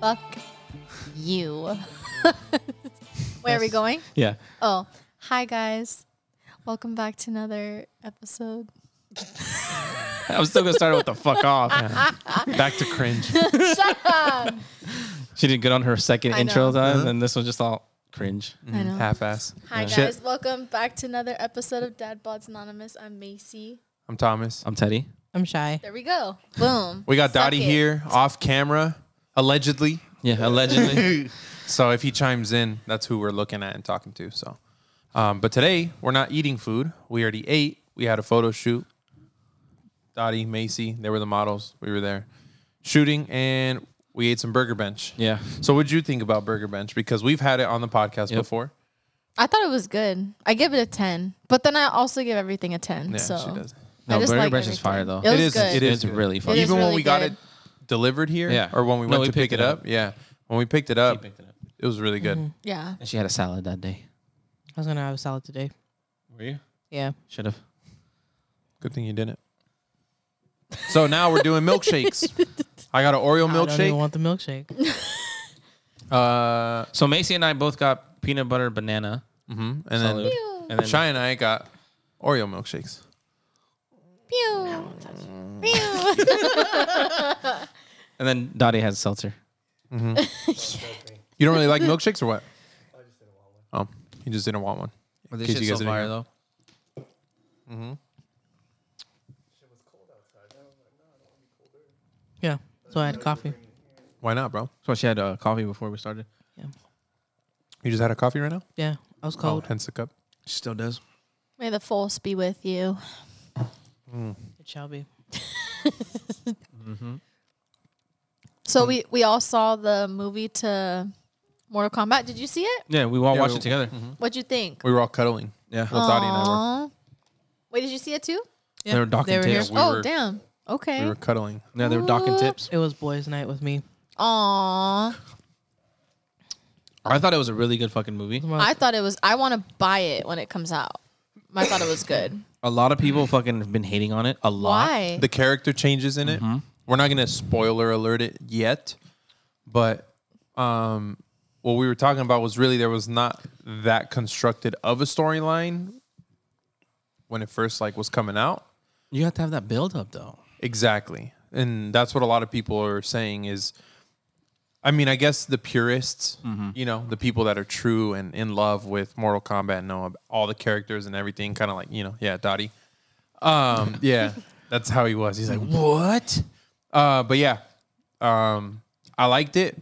Fuck you. Where are we Yes. going? Yeah. Oh, hi guys. Welcome back to another episode. I'm still gonna start it with the fuck off. Uh-huh. Back to cringe. Shut up. She did good on her second I intro know. time, and this one just all cringe, I know. Half ass. Hi Yeah. guys. Welcome back to another episode of Dad Bods Anonymous. I'm Macy. I'm Thomas. I'm Teddy. I'm shy. There we go. Boom. We got Suck Dottie it. here off camera, allegedly. Yeah, allegedly. so if he chimes in, that's who we're looking at and talking to. So, um, but today we're not eating food. We already ate. We had a photo shoot. Dottie, Macy, they were the models. We were there shooting, and we ate some Burger Bench. yeah. So what'd you think about Burger Bench? Because we've had it on the podcast Yep. before. I thought it was good. I give it a 10, but then I also give everything a 10. Yeah, so she does. I No, just Burger like Bench is everything. fire, though. It, It was is- good. it is It's good. really fun. It is Even when really we got good. it delivered here, Yeah. or when we No, went we to pick picked it it up. up. yeah, when we picked it up, picked it up. it was really good. Yeah. And she had a salad that day. I was gonna have a salad today. Were you? Yeah. Should have. Good thing you didn't. So now we're doing milkshakes. I got an Oreo I don't even milkshake. want the milkshake. Uh, So Macy and I both got peanut butter banana, hmm And then salad, and then Shy and I got Oreo milkshakes. Pew. Pew. and then Dottie has seltzer. You don't really like milkshakes or what? Oh, you just didn't want one. Well, this case shit's you guys so didn't fire hear. though. Mm-hmm. Yeah. So I had coffee. Why not, bro? So she had uh, coffee before we started. You just had a coffee right now? Yeah. I was cold. Oh, hence the cup. She still does. May the force be with you. It shall be. Hmm. So we we all saw the movie to Mortal Kombat. Did you see it? Yeah, we Mm-hmm. all Yeah, watched we- it together. What'd you think? Hmm? We were all cuddling. Yeah. Oh, Well, Dottie and I Aw. Wait, did you see it too? Yeah, They were docking here. tails. We oh were- damn. were. Okay. We were cuddling. Yeah, they were docking tips. It was boys' night with me. Aw. I thought it was a really good fucking movie. I thought it was. I want to buy it when it comes out. I thought it was good. A lot of people fucking have been hating on it. A lot. Why? The character changes in it. We're not gonna spoiler alert it yet, but um, what we were talking about was really there was not that constructed of a storyline when it first like was coming out. You have to have that build up though. Exactly. And that's what a lot of people are saying is I mean, I guess the purists, you know, the people that are true and in love with Mortal Kombat and know ab- all the characters and everything, kind of like, you know, yeah, Dottie. Um, yeah, that's how he was. He's like, what? Uh, but yeah, um, I liked it.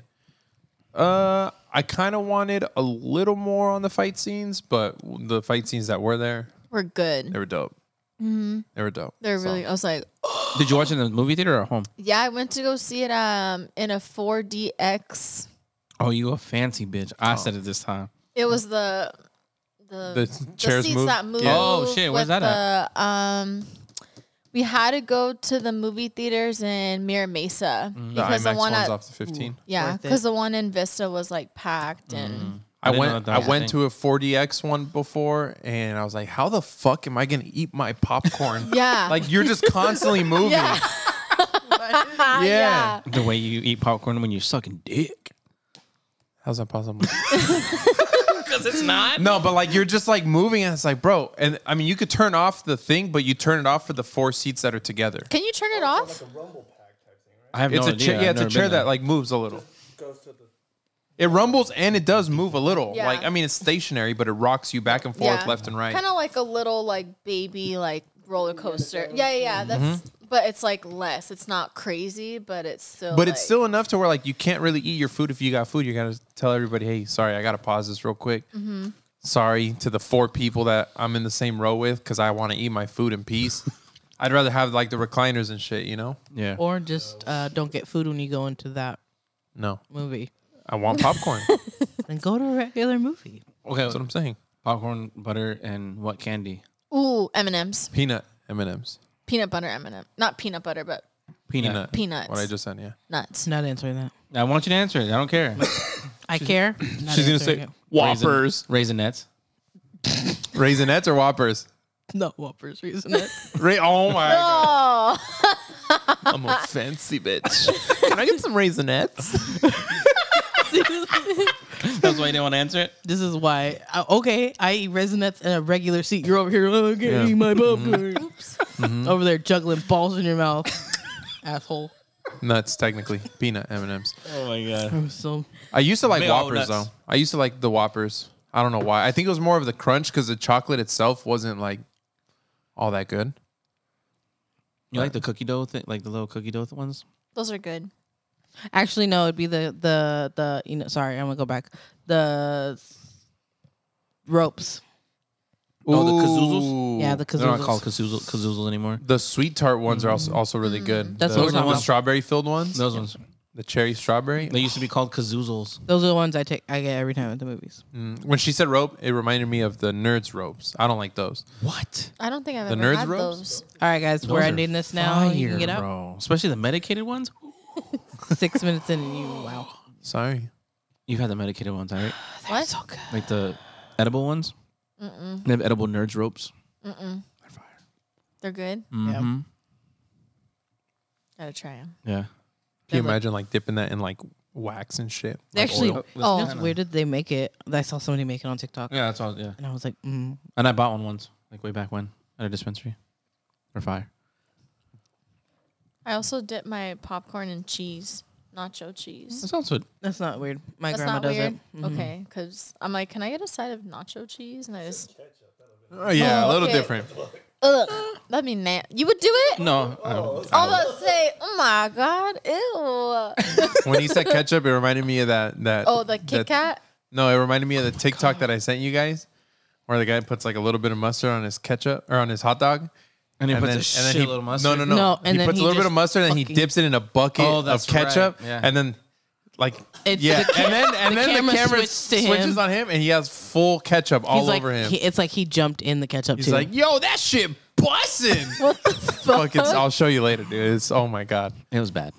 Uh, I kind of wanted a little more on the fight scenes, but the fight scenes that were there, We're they good. were dope. They were dope. Mm-hmm. They're So, really. I was like, Did you watch it in the movie theater or at home? yeah. I went to go see it um in a 4DX. Oh, you a fancy bitch. I said it this time. It was the the The chairs seats moved? that move. Yeah. Oh, shit, where's with that at? the, Um, we had to go to the movie theaters in Mira Mesa Mm. The because the, IMAX one one's at off the 15. yeah, Worth it. because the one in Vista was like packed and I, didn't know went that that I was a went thing. to a 4DX one before and I was like, how the fuck am I gonna eat my popcorn? Yeah. Like you're just constantly moving. yeah. yeah, The way you eat popcorn when you're sucking dick. How's that possible? Because it's not. no, but like you're just like moving and it's like, bro, and I mean you could turn off the thing, but you turn it off for the four seats that are together. Can you turn it off? I have It's no a idea. chair yeah, I've it's a never chair been that there. like moves a little. It rumbles and it does move a little. Yeah. Like I mean it's stationary, but it rocks you back and forth, Yeah. left and right. Kind of like a little like baby like roller coaster. Yeah, yeah, yeah. That's Mm-hmm. but it's like less. It's not crazy, but it's still. But it's like- still enough to where like you can't really eat your food if you got food. You gotta tell everybody, hey, sorry, I gotta pause this real quick. Mm-hmm. Sorry to the four people that I'm in the same row with because I want to eat my food in peace. I'd rather have like the recliners and shit, you know? Yeah. Or just uh, don't get food when you go into that No, movie. I want popcorn. That's And go to a regular movie. Okay. what I'm saying. popcorn, butter, and what candy? ooh M and M's, Peanut M and M's, peanut butter M and M, not peanut butter, but Peanut. peanut, Peanuts. What I just said, yeah. nuts. Not answering that. I want you to answer it. I don't care. I care. Not She's gonna answering say it. Whoppers, Raisinets. Raisinets or Whoppers. no Whoppers reason. it. Ra- oh my! God. Oh. I'm a fancy bitch. Can I get some raisinettes? That's why you didn't want to answer it. This is why. I, okay, I eat resonets in a regular seat. You're over here. Oh, I can't Yeah. eat my popcorn. Over there juggling balls in your mouth, asshole. Nuts, technically peanut M and M's. Oh my god. So I used to like Big old Whoppers though. nuts. I used to like the Whoppers. I don't know why. I think it was more of the crunch because the chocolate itself wasn't like all that good. You like the cookie dough thing, like the little cookie dough ones? Those are good. actually, no. It'd be the the the you know. Sorry, I'm gonna go back. The s- ropes. Oh, the Kazuzos? Ooh. Yeah, the They're not Kazuzos. called kazoozles, kazoozles anymore. The sweet tart ones are also also really good. That's the, what I'm the talking strawberry filled ones. Those ones. The cherry strawberry. They used to be called kazoozles. Those are the ones I take. I get every time at the movies. Mm. When she said rope, it reminded me of the nerds ropes. I don't like those. What? I don't think I've The ever nerds had ropes? those. All right, guys, we're Those are ending this now. you fire, can get out. bro. Especially the medicated ones. Six minutes in, and you wow. Sorry. You've had the medicated ones, right? What? So good. Like the edible ones. Mm-mm. They have edible nerds ropes. They're good. Mm-hmm. Gotta try them. Yeah. Can you They're like- imagine like dipping that in like wax and shit? They Like actually, oil? oh, where did they make it? I saw somebody make it on TikTok, Yeah, that's all. Yeah. and I was like, mm, And I bought one once, like way back when, at a dispensary. Or fire. I also dip my popcorn in cheese, nacho cheese. That sounds good. "That's not weird." My That's grandma not does weird. it. Okay. Okay, because I'm like, can I get a side of nacho cheese? And I just, Oh, yeah, Oh, a little okay. different. ugh, that'd be na- You would do it? No. I I don't- was about to say, oh my god, ew. when he said ketchup, it reminded me of that that. Oh, the Kit that- Kat. No, it reminded me of the TikTok that I sent you guys, where the guy puts like a little bit of mustard on his ketchup or on his hot dog. And he puts a and shitload he, of mustard. No, no, no. No, and he then puts he a little bit just of mustard and he fucking- dips it in a bucket Oh, of that's ketchup, right, yeah. and then like It's yeah, the ca- and then the and then camera the camera switched to switches him. on him, and he has full ketchup all He's like, over him. he- it's like he jumped in the ketchup He's too. like, "Yo, that shit bussin'. what the fuck? it's, I'll show you later, dude. It's oh my god, It was bad.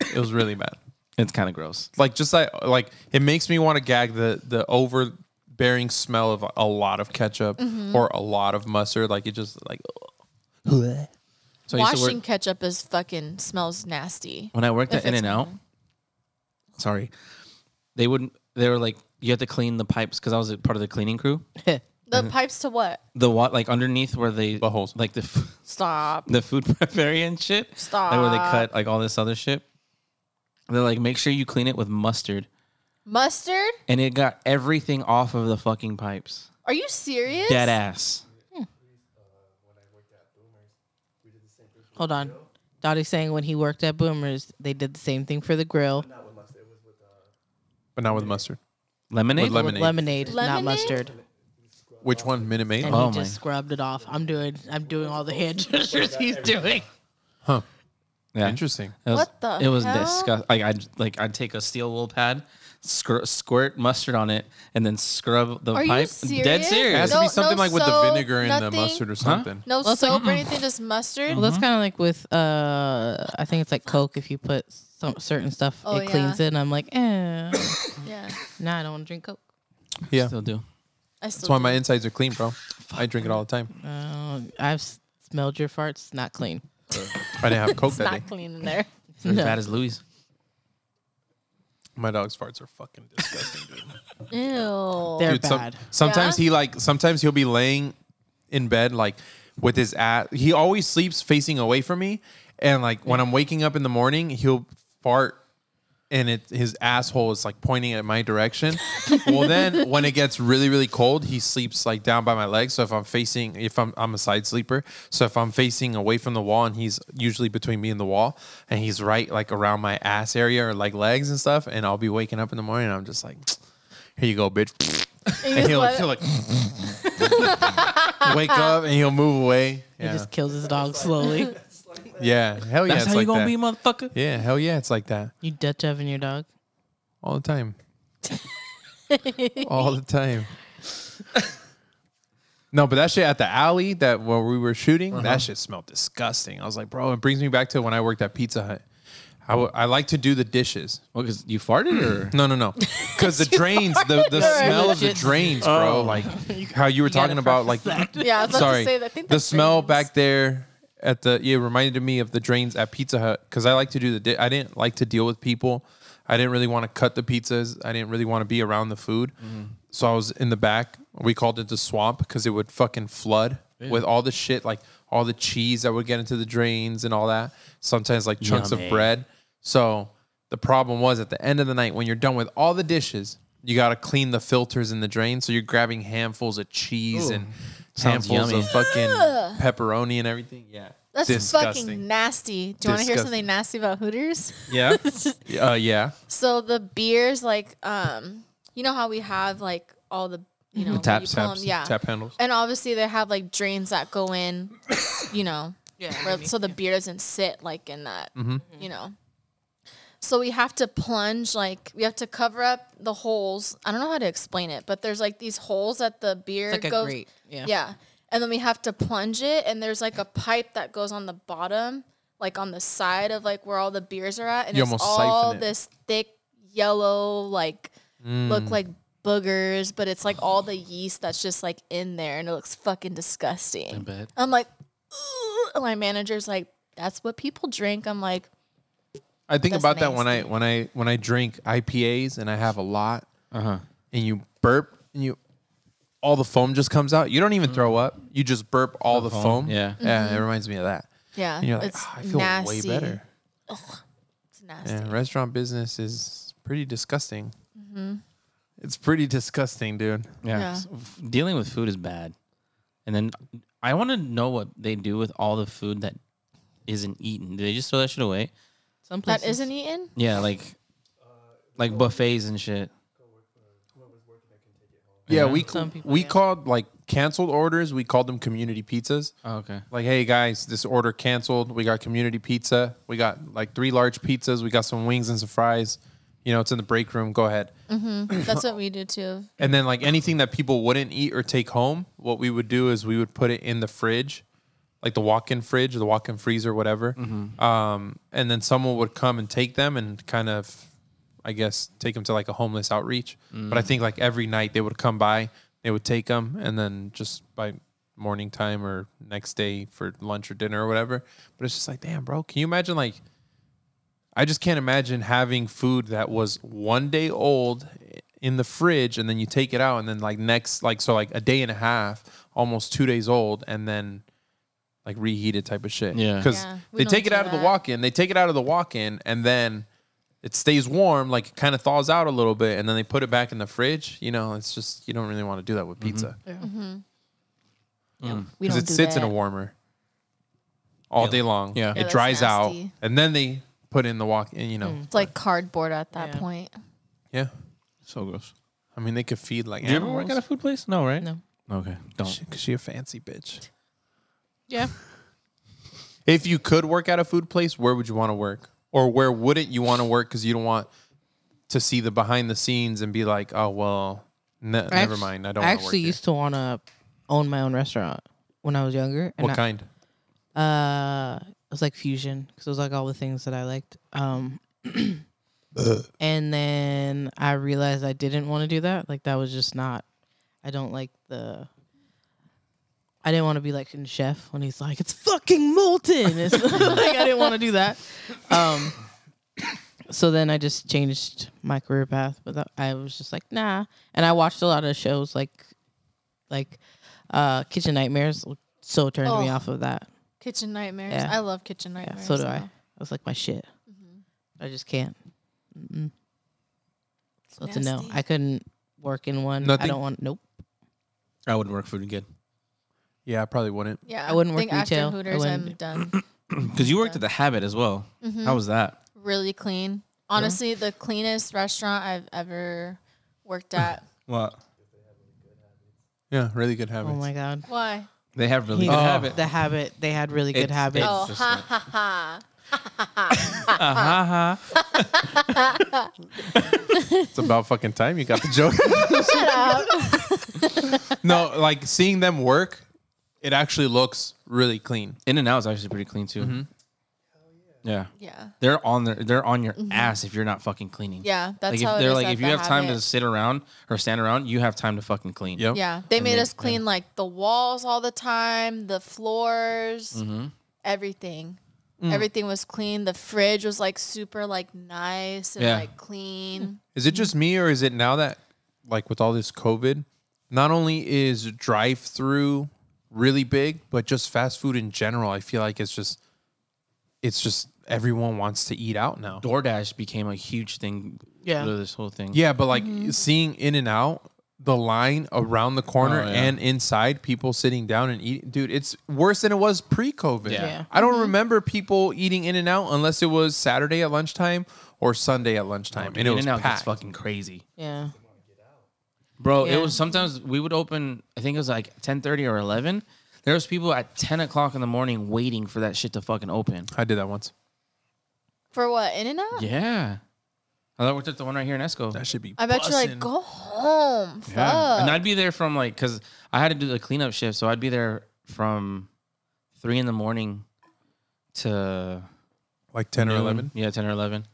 it was really bad. It's kind of gross. Like just like like it makes me want to gag the the overbearing smell of a lot of ketchup or a lot of mustard. Like it just like So I used to Washing work, ketchup is fucking smells nasty. when I worked If at In it's and Out. Sorry, they wouldn't. They were like, you had to clean the pipes because I was a part of the cleaning crew. The pipes to what? The what, like underneath where they Buttholes. like the f- Stop. the food prep area and shit. Like where they cut like all this other shit. They're like, make sure you clean it with mustard, Mustard? and it got everything off of the fucking pipes. Are you serious? Dead ass. Hold on. Dottie's saying when he worked at Boomers, they did the same thing for the grill. but not with mustard. Lemonade. With lemon. lemon. With lemonade, not Lemonade? mustard. Which one, Minute Maid? And Oh he my- just scrubbed it off. I'm doing I'm doing all the hand gestures he's doing. Yeah. Interesting. It was, What the It was hell? disgusting. Like I'd like I'd take a steel wool pad, scr- squirt mustard on it, and then scrub the Are you pipe. serious? Dead It serious. has to be No- something no like with the soap, vinegar and nothing? the mustard or something. No Well, it's like- soap or anything, just mustard? Well, that's kind of like with uh, I think it's like Coke. If you put some certain stuff, Oh, it cleans it. And I'm like, eh, Yeah. nah, I don't want to drink Coke. Yeah, Still do. I that's still why my insides are clean, bro. I drink it all the time. Uh, I've s- smelled your farts. Not clean. I didn't have Coke it's that not day. clean in there. They're As No. bad as Louis. My dog's farts are fucking disgusting, dude. Ew. They're some- bad. sometimes Yeah? he like sometimes he'll be laying in bed like with his ass. He always sleeps facing away from me, and like when I'm waking up in the morning, he'll fart. And it, his asshole is like pointing at my direction. well, then when it gets really, really cold, he sleeps like down by my legs. So if I'm facing, if I'm, I'm a side sleeper. So if I'm facing away from the wall and he's usually between me and the wall and he's right like around my ass area or like legs and stuff. And I'll be waking up in the morning and I'm just like, here you go, bitch. You And just he'll, let it- he'll like wake up and he'll move away. He Yeah, just kills his dog slowly. yeah. hell yeah. That's it's how you like gonna that. be, motherfucker. Yeah, hell yeah, it's like that you Dutch oven your dog. all the time, all the time. No, but that shit at the alley that where we were shooting, that shit smelled disgusting. I was like, bro, it brings me back to when I worked at Pizza Hut. I, w- I like to do the dishes. Well, because you farted or No, no, no. Because the drains, the, the smell of the Legit. drains, Oh. bro. Like how you were gotta talking about, like preface that. Yeah, I was about Sorry. to say that. I think the that's smell brains. back there at the. It reminded me of the drains at Pizza Hut because I like to do the. Di- I didn't like to deal with people. I didn't really want to cut the pizzas. I didn't really want to be around the food. So I was in the back. We called it the swamp because it would fucking flood with all the shit, like all the cheese that would get into the drains and all that. Sometimes like chunks Yummy. of bread. So the problem was at the end of the night when you're done with all the dishes, you got to clean the filters in the drain. So you're grabbing handfuls of cheese and Sounds handfuls yummy. of fucking pepperoni and everything. Yeah. That's fucking Disgusting. nasty. Do you want to hear something Disgusting. nasty about Hooters? Yeah. Uh, yeah. So the beers, like, um, you know how we have like all the, you know, what tap you call Taps, them? yeah, Tap handles. and obviously they have like drains that go in, you know, Yeah. where, so the beer doesn't sit like in that, Mm-hmm. you know. So we have to plunge, like we have to cover up the holes. I don't know how to explain it, but there's like these holes that the beer like a goes. grate, yeah. and then we have to plunge it, and there's like a pipe that goes on the bottom, like on the side of like where all the beers are at, and You it's almost siphon all it. this thick yellow, like Mm. look like boogers, but it's like all the yeast that's just like in there, and it looks fucking disgusting. bet. I'm like, "Ugh." And my manager's like, that's what people drink. I'm like, I think That's about that when I when I when I drink IPAs and I have a lot, Uh-huh. and you burp and you all the foam just comes out. You don't even throw up. You just Mm-hmm. burp all the, foam, foam. yeah. Yeah. It reminds me of that. yeah, And you're like, Mm-hmm. it's "Ah, I feel nasty. way better. It's nasty. Yeah, restaurant business is pretty disgusting. Mm-hmm. It's pretty disgusting, dude. Yeah. Yeah. So f- dealing with food is bad. And then I want to know what they do with all the food that isn't eaten. Do they just throw that shit away? Some places. That isn't eaten? Yeah, like like buffets and shit. Yeah, we Some people, we yeah. called like canceled orders. We called them community pizzas. Oh, okay. Like, hey guys, this order canceled. We got community pizza. We got like three large pizzas. We got some wings and some fries. You know, it's in the break room. Go ahead. That's what we do too. And then like anything that people wouldn't eat or take home, what we would do is we would put it in the fridge, like the walk-in fridge, the walk-in freezer, whatever. Um, and then someone would come and take them and kind of, I guess, take them to like a homeless outreach. But I think like every night they would come by, they would take them, and then just by morning time or next day for lunch or dinner or whatever. But it's just like, damn, bro, can you imagine like I just can't imagine having food that was one day old in the fridge and then you take it out and then like next like so like a day and a half, almost two days old, and then like reheated type of shit. Yeah. Because Yeah, we they don't take it do out of the that. walk in, they take it out of the walk in and then it stays warm, like it kind of thaws out a little bit, and then they put it back in the fridge. You know, it's just you don't really want to do that Mm-hmm. with pizza because We don't it do sits in that. a warmer all day long. Yeah. Yeah, it that's dries out, nasty. Mm. and then they put it in the walk in. You know, It's like cardboard at that point. yeah. So gross. I mean, they could feed like Did you ever work at a animals. food place? No, right? No. Okay. Don't. She, she a fancy bitch. Yeah. If you could work at a food place, where would you want to work, or where wouldn't you want to work because you don't want to see the behind the scenes and be like, oh well, ne- I never actu- mind. I don't. I wanna work actually here." used to want to own my own restaurant when I was younger. and What I- kind? Uh, it was like fusion because it was like all the things that I liked. Um, and then I realized I didn't want to do that. Like that was just not. I don't like the. I didn't want to be like in chef when he's like it's fucking molten. It's like I didn't want to do that. Um, so then I just changed my career path. But that- I was just like nah. And I watched a lot of shows like, like, uh, Kitchen Nightmares. So turned me Oh. off of that. Kitchen nightmares. Yeah. I love kitchen Yeah, nightmares. so do I. though. That was like my shit. I just can't. Mm-mm. So it's a no. nasty. I couldn't work in one. I Nothing? don't want. Nope. I wouldn't work food again. Yeah, I probably wouldn't. Yeah, I wouldn't work think after retail. I Hooters, wouldn't. I'm done. Because you worked at the Habit as well. Mm-hmm. How was that? Really clean. Honestly, the cleanest restaurant I've ever worked at. What? Yeah, really good Oh habits. my god. Why? They have really He- good habit. The habit. They had really good It's- habits. it's- Oh, just ha ha ha. Uh, It's about fucking time you got the joke. no, like seeing them work, it actually looks really clean. In and out is actually pretty clean too. Mm-hmm. Yeah. Yeah. Mm-hmm. They're on their they're on your ass if you're not fucking cleaning. Yeah, that's like if how it they're is like at if you The have time to Habit. sit around or stand around, you have time to fucking clean. Yep. Yeah, they made then- Mm-hmm. us clean like the walls all the time, the floors, everything. Mm. Everything was clean. The fridge was like super like nice and Yeah. like Hmm. clean. Is it just me, or is it now that, like, with all this COVID, not only is drive through really big, but just fast food in general, I feel like it's just, it's just everyone wants to eat out now. DoorDash became a huge thing. Yeah. through this whole thing. Yeah, but like seeing In and Out, the line around the corner Oh, yeah. and inside, people sitting down and eating. Dude, it's worse than it was pre-COVID. Yeah. Yeah. I don't remember people eating In and Out unless it was Saturday at lunchtime or Sunday at Oh, lunchtime, and it was In-N-Out gets packed. fucking crazy. Yeah. bro Yeah. it was sometimes we would open i think it was like 10.30 or 11 there was people at 10 o'clock in the morning waiting for that shit to fucking open I did that once. For what? In and out? yeah i worked at the one right here in esco That should be. I bet you're like, bussing. go home. Fuck. yeah and i'd be there from like because i had to do the cleanup shift so i'd be there from 3 in the morning to like ten or noon. eleven. yeah 10 or 11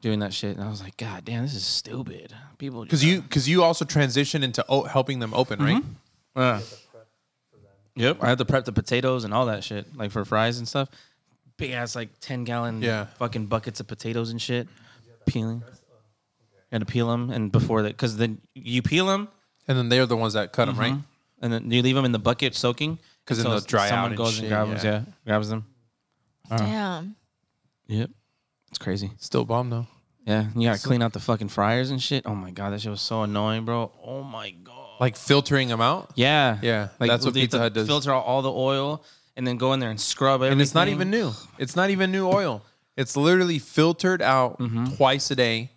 doing that shit and i was like god damn this is stupid people Because you, because you also transitioned into o- helping them open, right? Mm-hmm. Yeah. Yep, I had to prep the potatoes and all that shit, like for fries and stuff. Big ass like ten gallon Yeah. fucking buckets of potatoes and shit, peeling. had to peel them, and before that, because then you peel them, And then they're the ones that cut them, Mm-hmm. right? and then you leave them in the bucket soaking. 'Cause and then so they'll dry someone out and goes and shit, grabs yeah. them. Yeah, grabs them. uh. Damn. Yep, it's crazy. Still bomb though. Yeah, and you gotta clean out the fucking fryers and shit. Oh my god, that shit was so annoying, bro. Oh my god. Like filtering them out. Yeah, Yeah, that's what they Pizza Hut does. Filter out all the oil and then go in there and scrub everything. and it's not even new. It's not even new oil. It's literally filtered out Mm-hmm. twice a day,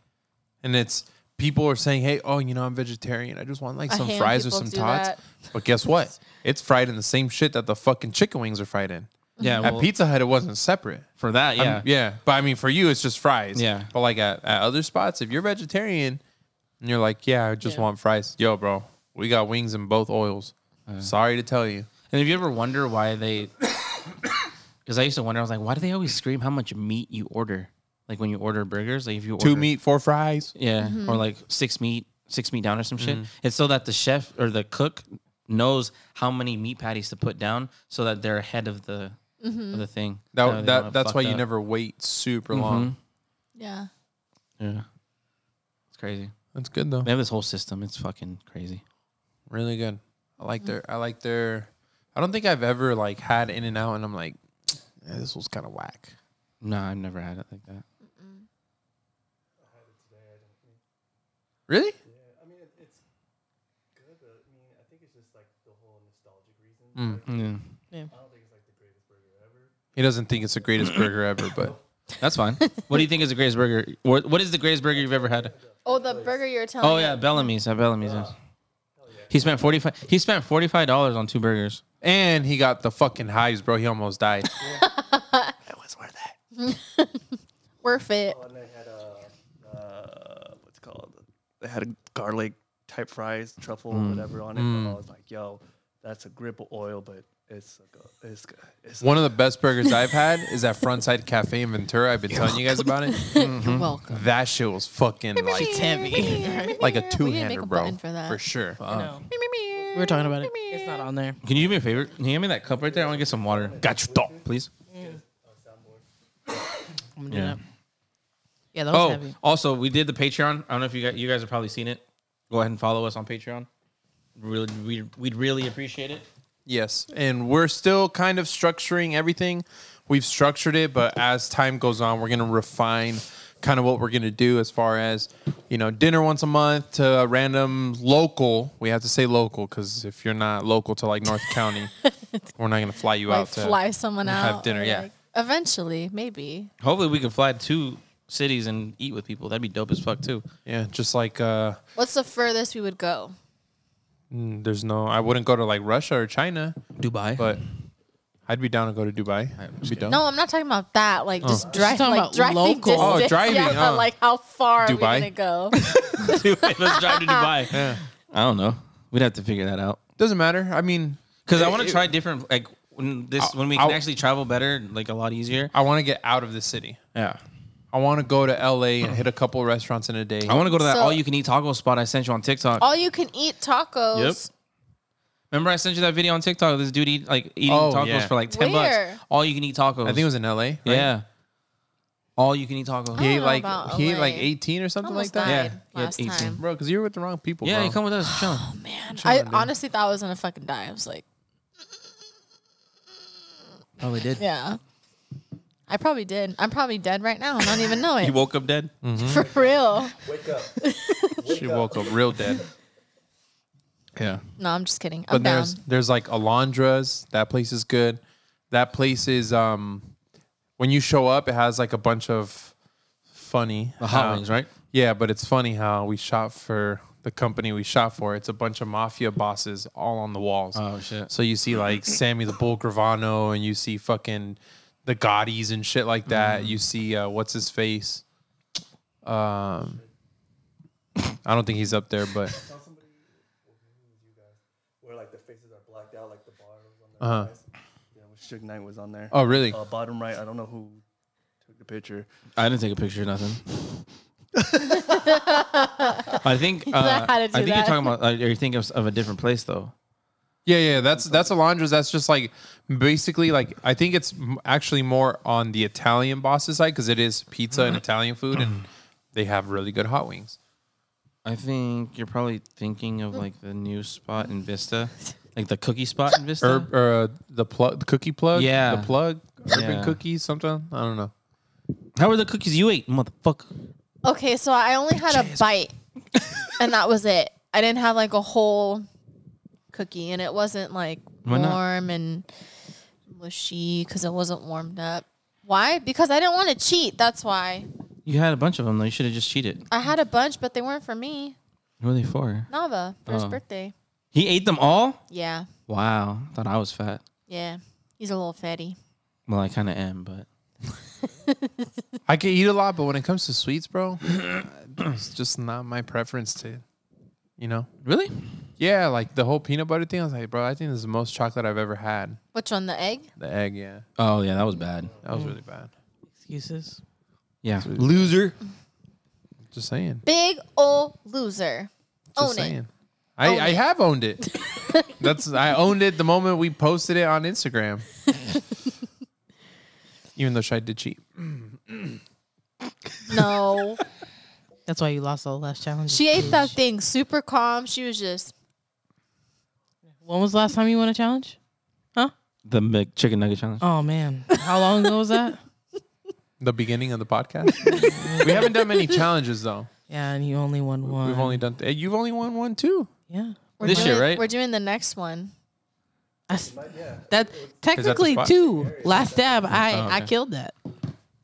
and it's people are saying, "Hey, oh, you know, I'm vegetarian. I just want like I some hate when fries or people some do tots." that. But guess what? It's fried in the same shit that the fucking chicken wings are fried in. Yeah, at well, Pizza Hut, it wasn't separate. for that. Yeah, I'm- yeah. But I mean, for you, it's just fries. Yeah. But like at, at other spots, if you're vegetarian and you're like, "Yeah, I just want fries," yo, bro, we got wings in both oils. Sorry to tell you. And if you ever wonder why they, because I used to wonder, I was like, why do they always scream how much meat you order? Like when you order burgers, like if you order, Two meat, four fries. yeah, or like six meat, six meat down or some shit. Mm-hmm. It's so that the chef or the cook knows how many meat patties to put down, so that they're ahead of the of the thing. That, way they don't that get that's fucked why you up. Mm-hmm. never wait super long. Yeah. Yeah, it's crazy. That's good though. They have this whole system. It's fucking crazy. Really good. I like their. I like their. I don't think I've ever like had In and Out, and I'm like, "Yeah, this was kind of whack. No, I've never had it like that. Really? I mean, it, it's good, but I mean, I think it's just like the whole nostalgic reason. Like, Yeah. I don't think it's like the greatest burger ever. He doesn't think it's the greatest burger ever, but That's fine. what do you think is the greatest burger? What what is the greatest burger you've ever had? Oh, the burger you were telling Oh me. yeah, Bellamy's. At Bellamy's. yes. He spent forty five. He spent forty five dollars on two burgers. and he got the fucking hives, bro. He almost died. it was worth it. Worth it. And they had a uh, what's it called? They had a garlic type fries, truffle, Mm. whatever on it. And I was like, yo, that's a grip of oil, but it's a go- it's go- it's One of the best burgers I've had is at Frontside Cafe in Ventura. I've been telling you guys about it. You're Mm-hmm. welcome. That shit was fucking like Timmy. like a We two didn't make hander, a bro. button for that. sure. Uh, We were talking about it. It's not on there. Can you do me a favor? Can you hand me that cup right there? I want to get some water, Got your dog. please. I'm gonna do Yeah. that. Yeah, that was Oh, heavy. also we did the Patreon. I don't know if you guys you guys have probably seen it. Go ahead and follow us on Patreon. Really, we we'd really appreciate it. Yes, and we're still kind of structuring everything. We've structured it, but as time goes on, we're going to refine kind of what we're going to do as far as, you know, dinner once a month to a random local. We have to say local because if you're not local to like North County, we're not going to fly you Like out to fly someone out. have or, dinner, yeah. like- eventually, maybe. Hopefully, we can fly to two cities and eat with people. That'd be dope as fuck too. Yeah, just like uh What's the furthest we would go? mm, there's no I wouldn't go to like Russia or China, Dubai, but I'd be down to go to Dubai. I'd be down. No, I'm not talking about that. Like just drive, talking like about driving local. distance. Oh, driving, Yeah, huh. like how far are we Dubai? gonna go? Dubai. Let's drive to Dubai. I don't know. We'd have to figure that out. Doesn't matter. I mean, Because I want to try different, like when this when we can I'll- actually travel better, like a lot easier. I want to get out of the city. Yeah, I want to go to LA and hit a couple restaurants in a day. I want to go to that So- Oh. all you can eat taco spot I sent you on TikTok. All you can eat tacos. Remember I sent you that video on TikTok of this dude eat, like eating Oh, tacos yeah. for like ten Where? bucks. All you can eat tacos. I think it was in L.A. right? yeah. All you can eat tacos. I He don't ate know like about he ate LA. like 18 or something like Almost that. died Yeah, last yeah, 18. time. Bro, because you're with the wrong people. yeah, bro. you come with us. Chill. Man, I honestly thought I was gonna fucking die. I was like, Oh, Probably did. yeah. I probably did. I'm probably dead right now. I don't even know it. You woke up dead. For Mm. real. She woke up real dead. Yeah. No, I'm just kidding. I'm But down. there's there's like Alondra's. That place is good. That place is um when you show up, it has like a bunch of funny uh, The hot how- wings, right? Yeah, but it's funny how we shop for the company we shop for. It's a bunch of mafia bosses all on the walls. Oh shit. So you see like Sammy the Bull Gravano, and you see fucking the Gaudis and shit like that. You see uh, what's his face. Um, I don't think he's up there, but Saw somebody with you guys where like the faces are blacked out, like the bar was on their Uh-huh. eyes. Yeah, which Suge Knight was on there. oh really? Uh, bottom right, I don't know who took the picture. I didn't take a picture. Nothing. I think. Uh, how to I do think that. you're talking about. Uh, you're thinking of, of a different place though. Yeah, yeah. That's that's Alondra's. That's just like basically like I think it's m- actually more on the Italian boss's side because it is pizza and Italian food, and they have really good hot wings. I think you're probably thinking of like the new spot in Vista, like the cookie spot in Vista. Herb or uh, the plug, the cookie plug. Yeah. the plug. Urban Yeah. cookies, something. I don't know. How were the cookies you ate, motherfucker? Okay, so I only had a bite, and that was it. I didn't have like a whole cookie, and it wasn't like Why not? warm and mushy because it wasn't warmed up. Why? Because I didn't want to cheat. That's why You had a bunch of them though. You should have just cheated. I had a bunch, but they weren't for me. Who are they for? Nava for his Oh. birthday. He ate them all. Yeah, Wow. Thought I was fat. yeah. He's a little fatty. Well, I kind of am, but I can eat a lot, but when it comes to sweets, bro, it's just not my preference to, you know. really, Yeah, like the whole peanut butter thing. I was like, bro, I think this is the most chocolate I've ever had. Which one? The egg? The egg, yeah, Oh yeah, that was bad. that was really bad. Excuses. Yeah. Loser. Just saying. Big ol' loser. Just Own saying. it. I, Own I it. have owned it. That's I owned it the moment we posted it on Instagram. Even though Shai did cheat. No, That's why you lost all the last challenges. she ate that thing super calm. She was just When was the last time you won a challenge? The Mc- chicken nugget challenge. Oh man, how long ago was that? The beginning of the podcast. we haven't done many challenges though. Yeah, and you only won one. We've only done. th- you've only won one too. yeah. we're This doing, year, right? We're doing the next one. I s- that technically spot? two. Last Oh, stab, I I okay. killed that.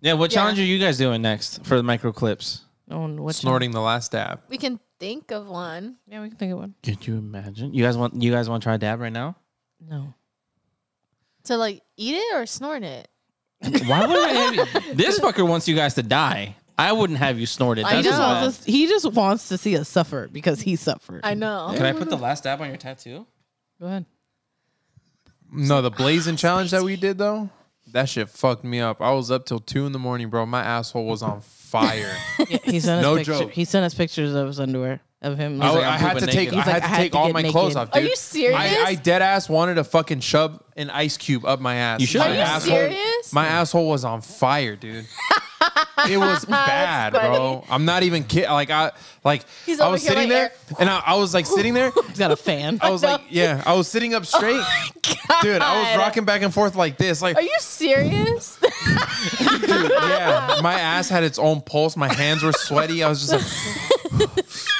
Yeah. What Yeah. challenge are you guys doing next for the micro clips? On what challenge? Snorting the last dab. We can think of one. Yeah, we can think of one. Could you imagine? You guys want you guys want to try a dab right now? No. To like eat it or snort it. Why would I have you? This fucker wants you guys to die. I wouldn't have you snorted. I He That's just know. bad. wants us, he just wants to see us suffer because he suffered. I know. Can I put the last dab on your tattoo? Go ahead. No, the blazing challenge that we did though. That shit fucked me up. I was up till two in the morning, bro. My asshole was on fire. Yeah, he sent us No picture- joke. He sent us pictures of his underwear of him. I, like, I I'm had to pooping take. naked. I He's had like, to I had take to all get my naked. clothes off. Are dude. you serious? I, I dead ass wanted to fucking shove an ice cube up my ass. You should My have. Are you asshole, serious? My asshole was on fire, dude. it was bad, bro. I'm not even kidding. Like I, like He's I over was here sitting like there, air- and I, I was like sitting there. He's got a fan. I was like, yeah, I was sitting up straight, dude. I was God. rocking back and forth like this, like Are you serious? dude, yeah. My ass had its own pulse. My hands were sweaty. I was just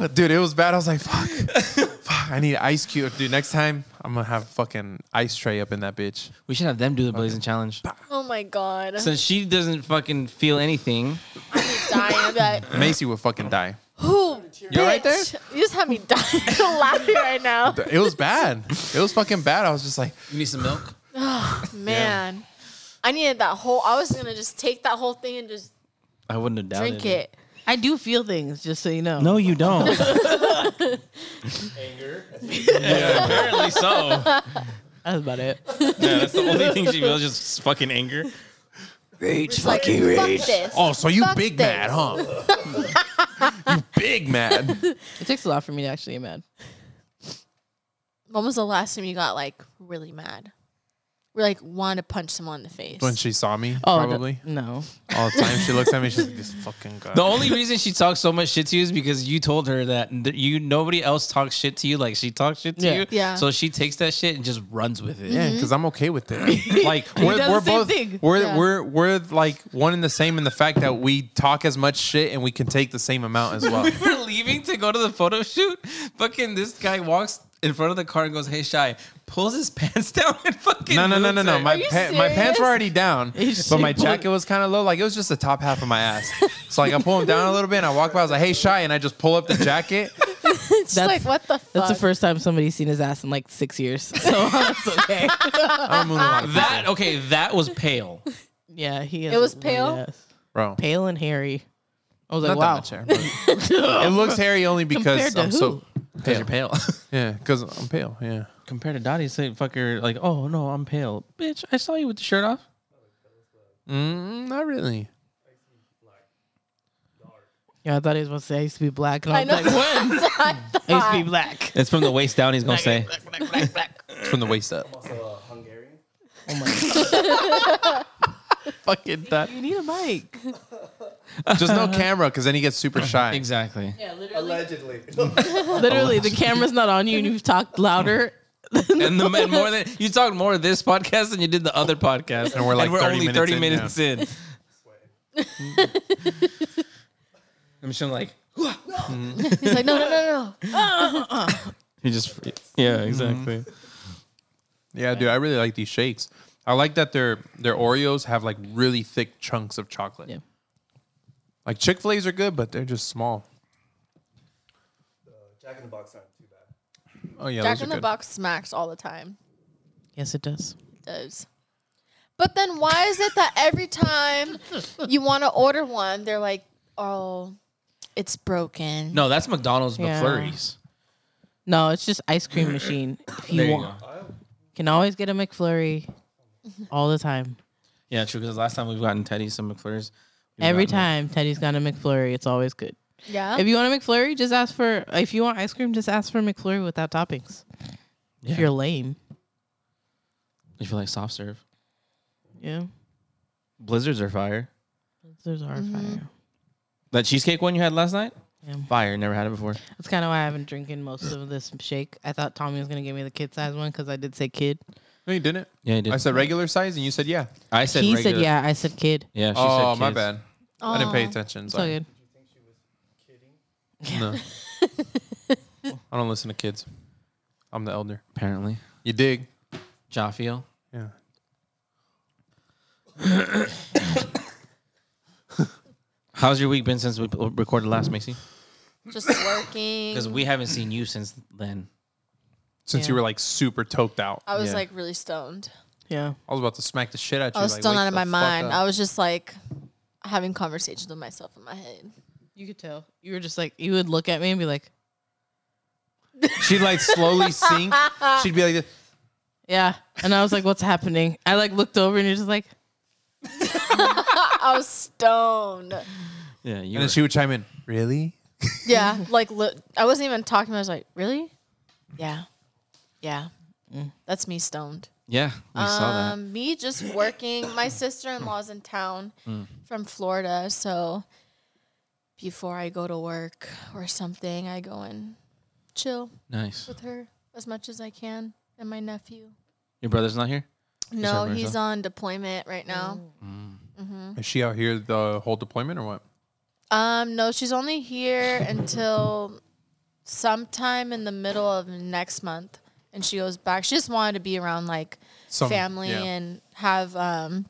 like, dude, it was bad. I was like, fuck, fuck. I need an ice cube, dude. Next time, I'm gonna have a fucking ice tray up in that bitch. We should have them do the blazing challenge. oh my god. Since she doesn't fucking feel anything, dying. Like, Macy would fucking die. Who? You all right bitch? You just have me dying laughing right now. It was bad. It was fucking bad. I was just like, you need some milk. Man. I needed that whole I was gonna just take that whole thing and just I wouldn't have doubted drink it. I do feel things, just so you know. No, you don't. Anger. Yeah, apparently so. Yeah, That's about it. that's the only thing she feels, just fucking anger. It's fucking like, fuck this. oh, so you Fuck big this. mad, huh? you big mad. It takes a lot for me to actually get mad. When was the last time you got like really mad? We like wanted to punch someone in the face. When she saw me, Oh, no- probably no. all the time, she looks at me. She's like, "This fucking guy." The only reason she talks so much shit to you is because you told her that th- you nobody else talks shit to you like she talks shit to Yeah. you. Yeah. So she takes that shit and just runs with it. Yeah, because I'm okay with it. like we're, Mm-hmm. does we're the same both thing. we're Yeah. we're we're like one and the same in the fact that we talk as much shit and we can take the same amount as well. We were leaving to go to the photo shoot. Fucking this guy walks in front of the car and goes, "Hey, shy," pulls his pants down and fucking. No, no, no, moves no, no. it. My you pa- my pants were serious? already down, but my jacket was kind of low. Like it was just the top half of my ass. so like I pull them down a little bit, and I walk by. I was like, "Hey, shy," and I just pull up the jacket. It's just like what the fuck? That's the first time somebody's seen his ass in like six years. So it's okay. I'm moving a lot of people. that okay. That was pale. Yeah, he. Has It a was weird pale? ass. bro. pale and hairy. I was like, Not that wow. much hair, but- it looks hairy only Compared because to I'm who? so Because you're pale. yeah, because I'm pale. Yeah, Compared to Dottie, say fucker like, oh no, I'm pale, bitch. I saw you with the shirt off. mm, not really. yeah, I thought he was about to say I used to be black, and I, I was know. like, when? I used to be black. It's from the waist down. He's gonna say. It's from the waist up. Uh, Hungarian. Oh my god. Fucking that. You need a mic. Just no camera, because then he gets super shy. Exactly. Allegedly. Literally, the camera's not on you, and you've talked louder. and the and more than you talked more of this podcast than you did the other podcast, And we're like 30 only minutes thirty in minutes in. I'm just like He's like, no, no, no, no. you just yeah exactly. Yeah, dude, I really like these shakes. I like that their their Oreos have like really thick chunks of chocolate. Yeah. Like Chick Fil A's are good, but they're just small. Jack in the Box aren't too bad. Oh yeah, Jack those are in the good. Box smacks all the time. Yes, it does. It does. But then why is it that every time you want to order one, they're like, oh, it's broken. No, that's McDonald's Yeah. McFlurries. No, it's just ice cream machine. If you There you want, go. can always get a McFlurry, all the time. Yeah, true. Because last time we've gotten Teddy some McFlurries. we've Every time gotten- Teddy's got a McFlurry, it's always good. Yeah. If you want a McFlurry, just ask for. If you want ice cream, just ask for a McFlurry without toppings. Yeah. If you're lame, If you like soft serve, yeah, Blizzards are fire. there's our fire. That cheesecake one you had last night, Yeah. fire. Never had it before. That's kind of why I've been drinking most of this shake. I thought Tommy was gonna give me the kid size one because I did say kid. No, you didn't. Yeah, I did. I said regular size, and you said yeah. I said he regular- said, "Yeah, I said kid." Yeah, she oh, said my kids. bad. I didn't pay attention. It's all Sorry. good. No. I don't listen to kids. I'm the elder. Apparently, You dig? Jaffiel. Yeah. How's your week been since we p- recorded last, Macy? Just working. Because we haven't seen you since then. Since you Yeah. were like super toked out, I was Yeah. like really stoned. Yeah, I was about to smack the shit out you. I was like, stoned wake out of my the fuck mind. up. I was just like having conversations with myself in my head. you could tell. You were just like you would look at me and be like, She'd like slowly sink. She'd be like, this. "Yeah," and I was like, "What's happening?" I like looked over and you're just like, I was stoned. Yeah, you and then she would chime in. Really? Yeah, like li- I wasn't even talking. I was like, really? Yeah, yeah. That's me stoned. Yeah, we saw that. Um, me just working. My sister in law's in town Mm. from Florida, so before I go to work or something, I go and chill Nice. with her as much as I can and my nephew. Your brother's not here? No, over he's yourself? on deployment right now. Is she out here the whole deployment or what? Um, no, she's only here until sometime in the middle of next month, and she goes back. She just wanted to be around like Some- family yeah. and have um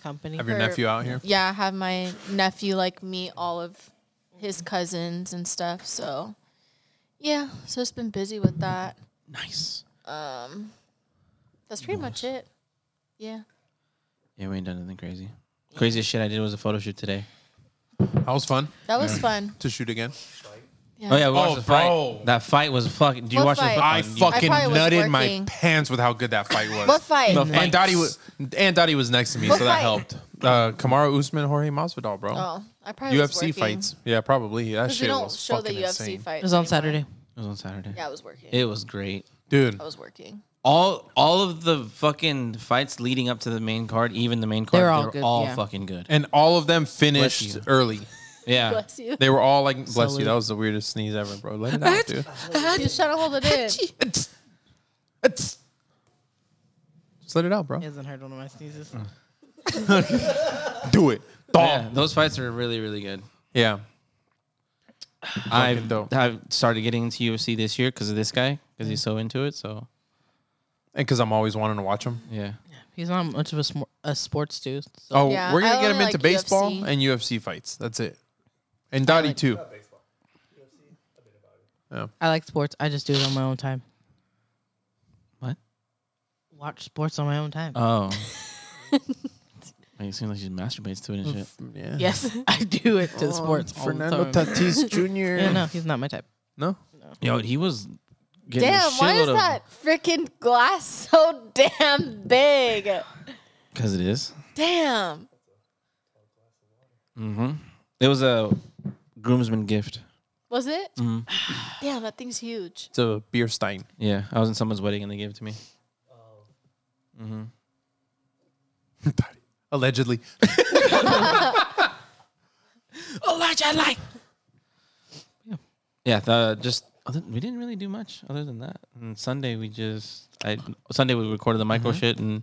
"Company." Have your her- nephew out here? yeah have my nephew like meet all of his Mm-hmm. cousins and stuff. So yeah, so it's been busy with that. Nice. That's pretty much it. Yeah. Yeah, we ain't done anything crazy. Craziest shit I did was a photo shoot today. That was fun That was fun. to shoot again. Oh yeah, we Oh, watched the fight. bro. That fight was fucking. Do you What watch fight? the I fight? on fucking I probably was nutted my working. pants with how good that fight was. What fight? The and fight. Dottie was and Dottie was next to me, What so that fight? helped. Uh, Kamara Usman, Jorge Masvidal, bro. Oh, I probably was UFC working. fights. Yeah, probably. That Because we shit don't was show the fucking UFC insane. fights. It was on anymore. Saturday. YouTube? It was on Saturday. Yeah, I was working. It was great. dude. I was working. All all of the fucking fights leading up to the main card, even the main card, They're all they're all, good, yeah. fucking good. And all of them finished you. early. Yeah. Bless you. They were all like, "Bless Salute. you." That was the weirdest sneeze ever, bro. Let it out, dude. Just Just trying to hold it in. let it out, bro. He hasn't heard one of my sneezes. Do it. Dog. Yeah, those fights are really really good. Yeah. I've, dope. I've started getting into UFC this year because of this guy because he's so into it. So And because I'm always wanting to watch them. yeah, He's not much of a, sm- a sports dude. So Oh, Yeah, we're gonna I get him only into like baseball UFC. and UFC fights. That's it. And Dottie like- too. I like sports. I just do it on my own time. What? Watch sports on my own time. oh, Like, it seems like she masturbates to it and shit. Yeah. Yes. I do it to sports. all the Oh, Fernando time. Tatis Jr. Yeah, no, he's not my type. No? Yo, he was getting Damn, a why shitload is that freaking glass so damn big? Because it is. Damn. It was a groomsman gift. Was it? Mm-hmm. Damn, that thing's huge. It's a beer stein. Yeah, I was in someone's wedding and they gave it to me. Allegedly. Yeah, the, just other, we didn't really do much other than that. And Sunday we just I Sunday we recorded the micro shit and,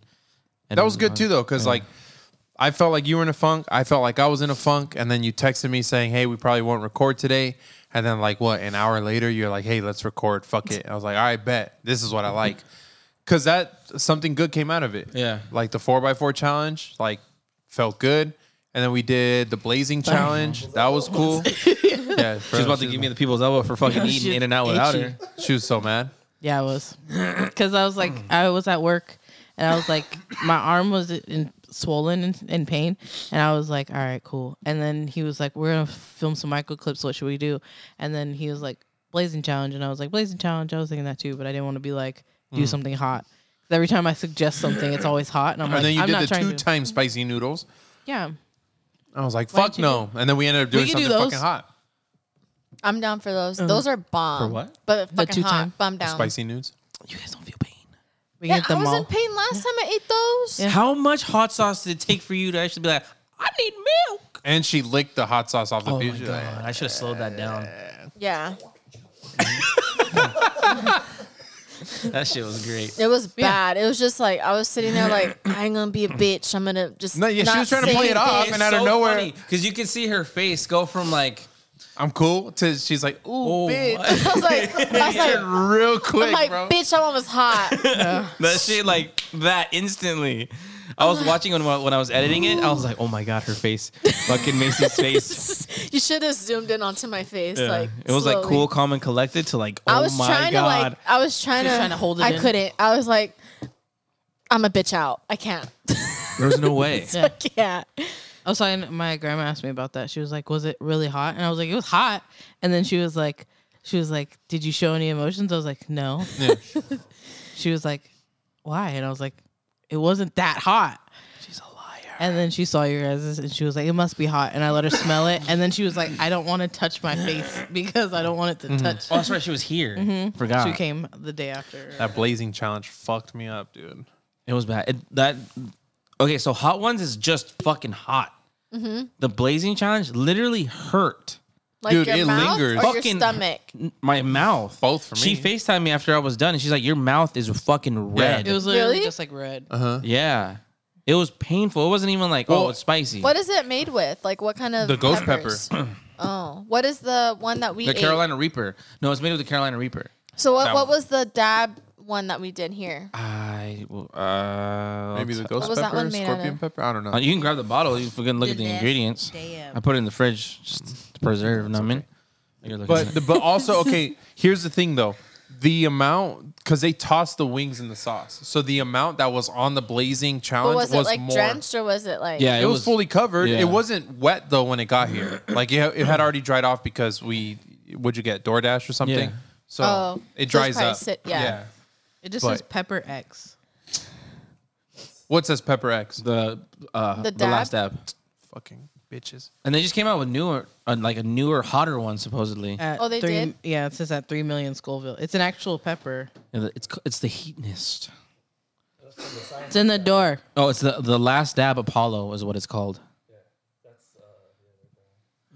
and That was good too though, because like I felt like you were in a funk. I felt like I was in a funk. And then you texted me saying, Hey, we probably won't record today. And then like what, an hour later, you're like, Hey, let's record. Fuck it. I was like, All right, bet. This is what I like. Cause that something good came out of it. Yeah. Like the four x four challenge, like felt good. And then we did the blazing challenge. That was cool. yeah. She's about to give me the people's elbow for fucking eating shit, in and out without itchy. her. She was so mad. Yeah, I was. Because I was like, Mm. I was at work and I was like, my arm was in, swollen and in pain. And I was like, all right, cool. And then he was like, we're going to film some micro clips. What should we do? And then he was like, Blazing Challenge. And I was like, Blazing Challenge. I was thinking that too, but I didn't want to be like, Mm. do something hot. 'Cause every time I suggest something, it's always hot. And I'm like, And then you I'm not did the trying two to. time spicy noodles. yeah. I was like, Why'd fuck you no. And then we ended up doing can do something those. fucking hot. I'm down for Uh, those. Those are bomb. For what? But fucking two hot. time? But I'm down. Spicy noodles. You guys don't feel pain. We Yeah, hit I the was in mall. pain last time I ate those. How much hot sauce did it take for you to actually be like, I need milk? And she licked the hot sauce off the Oh my pizza. god, I should have slowed that down. Yeah. That shit was great. It was bad. It was just like I was sitting there like I ain't gonna be a bitch. I'm gonna just No, yeah, she not was trying to say play it off, anything. and out of nowhere- because you can see her face go from like, I'm cool. To she's like, ooh, oh, bitch. what? I was like, I was like, Real I'm quick, like, bro. bitch, that one was hot. that shit like that instantly. I was watching when when I was editing it. I was like, oh my god, her face, fucking Macy's face. you should have zoomed in onto my face. Like it was like slowly. cool, calm, and collected. To like, oh I was my trying god, to like I was trying to, trying to hold it I in. couldn't. I was like, I'm a bitch out. I can't. there's no way. Yeah. I can't. Oh, I was talking. My grandma asked me about that. She was like, "Was it really hot?" And I was like, "It was hot." And then she was like, "She was like, did you show any emotions?" I was like, "No." she was like, "Why?" And I was like, "It wasn't that hot." She's a liar. And then she saw your guys, and she was like, "It must be hot." And I let her smell it. And then she was like, "I don't want to touch my face because I don't want it to touch." Oh, that's right. She was here. Mm-hmm. Forgot. She came the day after. that blazing challenge fucked me up, dude. It was bad. It, that okay. So hot ones is just fucking hot. Mm-hmm. The blazing challenge literally hurt Like Dude, your it mouth lingers. or your Fucking- stomach. n- my mouth. Both for She me. Facetimed me after I was done, and she's like, "Your mouth is fucking Yeah. red." It was literally Really? just like red. Yeah. It was painful. It wasn't even like, oh, Well, it's spicy. What is it made with? Like what kind of The ghost peppers? oh, what is the one that we the ate? Carolina Reaper. No, it's made with the Carolina Reaper. So what, That what one. was the dab one that we did here? I will- uh, Maybe the ghost was that pepper, one made out scorpion of? pepper. I don't know. Uh, You can grab the bottle. You can look at the Delicious. ingredients. Damn. I put it in the fridge just to preserve. You know what I mean? You're looking at But it. the, but also okay. Here's the thing though, the amount because they tossed the wings in the sauce, so the amount that was on the blazing But challenge was was, it like more. drenched or was it like yeah, It, was, fully covered. yeah. It wasn't wet though when it got here. Like it, it had already dried off because we would you get DoorDash or something. Yeah. So Oh, so it it's dries probably up. sit- yeah. It just But- says pepper X. What says Pepper X? the uh, The the, last dab. Fucking bitches. And they just came out with newer, uh, like a newer, hotter one supposedly. At Oh, they three, did? Yeah, it says at three million Scoville. It's an actual pepper. And It's c- it's the heatnist. It's in the door. Oh, it's the the last dab Apollo is what it's called.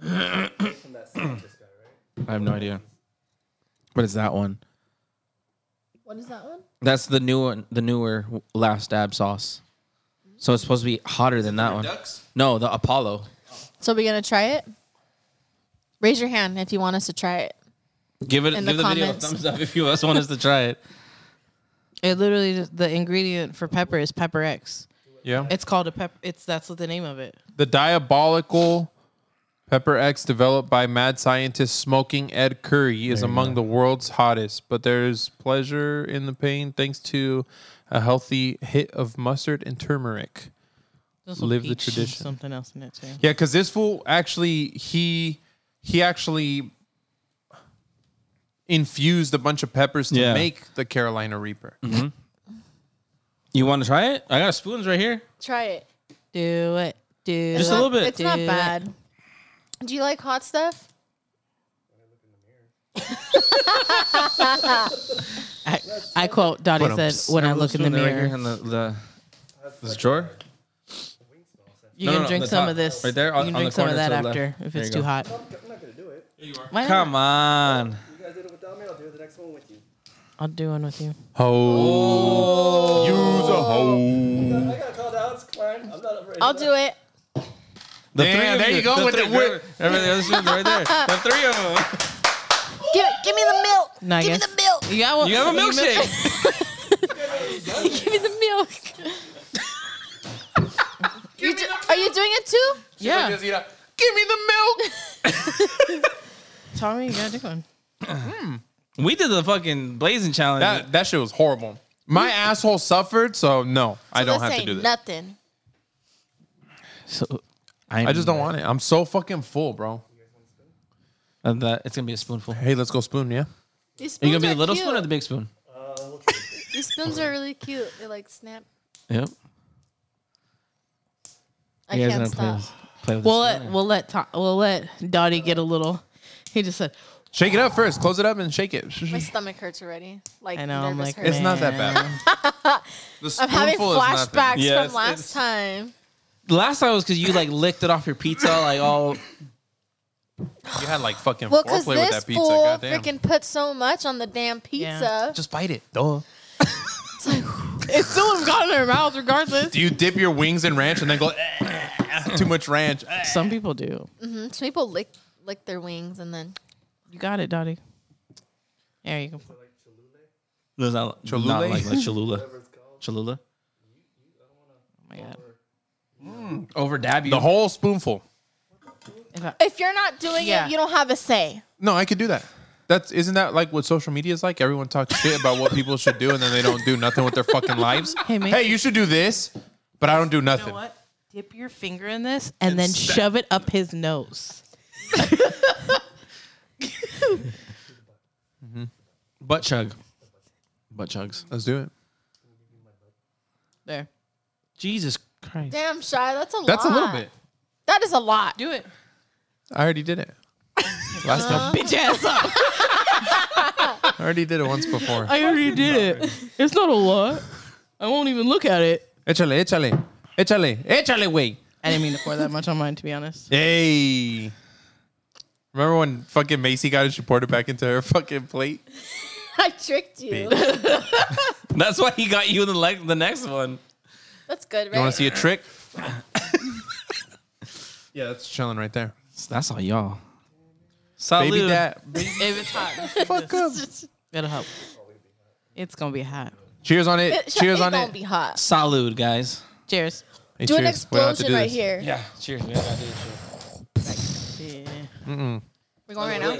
I have no idea, but it's that one. What is that one? That's the new one, the newer last dab sauce. So it's supposed to be hotter than that one. No, the Apollo. So we gonna try it? Raise your hand if you want us to try it. Give it, In give the, the video a comments. thumbs up if you guys want us to try it. It literally just, the ingredient for pepper is pepper X. Yeah. It's called a pepper. It's that's what the name of it. The diabolical Pepper X, developed by mad scientist Smoking Ed Curry, is among the world's hottest. But there's pleasure in the pain thanks to a healthy hit of mustard and turmeric. There's some Live the peach and tradition. Something else in it too. Yeah, because this fool actually he he actually infused a bunch of peppers to Yeah. make the Carolina Reaper. You want to try it? I got spoons right here. Try it. Do it. Do Just a it. little bit. It's not Do it. bad. Do you like hot stuff? I, I quote Dottie Put 'em. said when I look in the Spoon right here mirror. in the, the this drawer. You No, can no, no, drink the some top, of this. right there You on- can on drink the some of corner that to the left. after if There it's you too go. hot. Why not? Come on. You guys did it without me. I'll do the next one with you. I'll do one with you. Oh, use a hoe. I got called out. It's fine. I'm not afraid. I'll do it. The Damn, of there you go with three- the whip. Remember the other spoons right there. The three of them. Give, give me the milk. No, I give guess- me the milk. You got one. You have a milkshake. Give me the milk. You do- are you doing it too? Yeah, Give me the milk. Tommy, you gotta do one. we did the fucking blazing challenge. That that shit was horrible. My asshole suffered, so no, I don't This have to ain't do this. Nothing. so, I just don't want it. I'm so fucking full, bro. And that it's gonna be a spoonful. Are Hey, let's go spoon, yeah? These spoons you gonna be are the little cute. spoon or the big spoon? These spoons are really cute. They like snap. Yep. I you guys can't gonna play stop. with, play with We'll uh, this? let we'll let Tom, we'll let Dottie get a little. He just said, Shake it up first. Close it up and shake it. My stomach hurts already. Like I know. I'm nervous like, hurts. It's not that bad. "Man." I'm having flashbacks Yes, from last time. Last time was because you like licked it off your pizza, like all. You had like fucking Well, because foreplay with this that pizza. fool Goddamn. freaking put so much on the damn pizza. Just bite it. Duh. It's still has got in her mouth, regardless. Do you dip your wings in ranch and then go "Eh, too much ranch? Eh." Some people do. Some people lick lick their wings and then You got it, Dottie. There you go. Does not, Cholula? Not like, like Cholula. Cholula. Oh my god. Over dab you. The whole spoonful. If I- if you're not doing Yeah. it, you don't have a say. No, I could do that. That's isn't that like what social media is like? Everyone talks shit about what people should do and then they don't do nothing with their fucking lives. Hey, man. Hey, you should do this, but I don't do You know nothing. what? Dip your finger in this and then shove it up his nose. butt chug. Butt chugs. Let's do it. There. Jesus Christ. Damn, shy. That's a lot. That's a little bit. That is a lot. Do it. I already did it. Last Uh-huh. time. Bitch ass up. I already did it once before. I already did it. It's not a lot. I won't even look at it. Échale, échale. Échale. Échale, güey. I didn't mean to pour that much on mine, to be honest. Hey. Remember when fucking Macy got it, she poured it back into her fucking plate? I tricked you. That's why he got you in the leg. The next one. That's good, right? You want to see a trick? yeah, that's chilling right there. That's all y'all. Salud. Baby that. If it's hot, Fuck up. it'll help. It's gonna be hot. Cheers on it. Shy, Cheers it on Don't it. be hot. Salud, guys. Cheers. Hey, Do an cheers. We don't have explosion to do right this. here. Yeah. Cheers. We gotta do this shit. Yeah. We're going right now.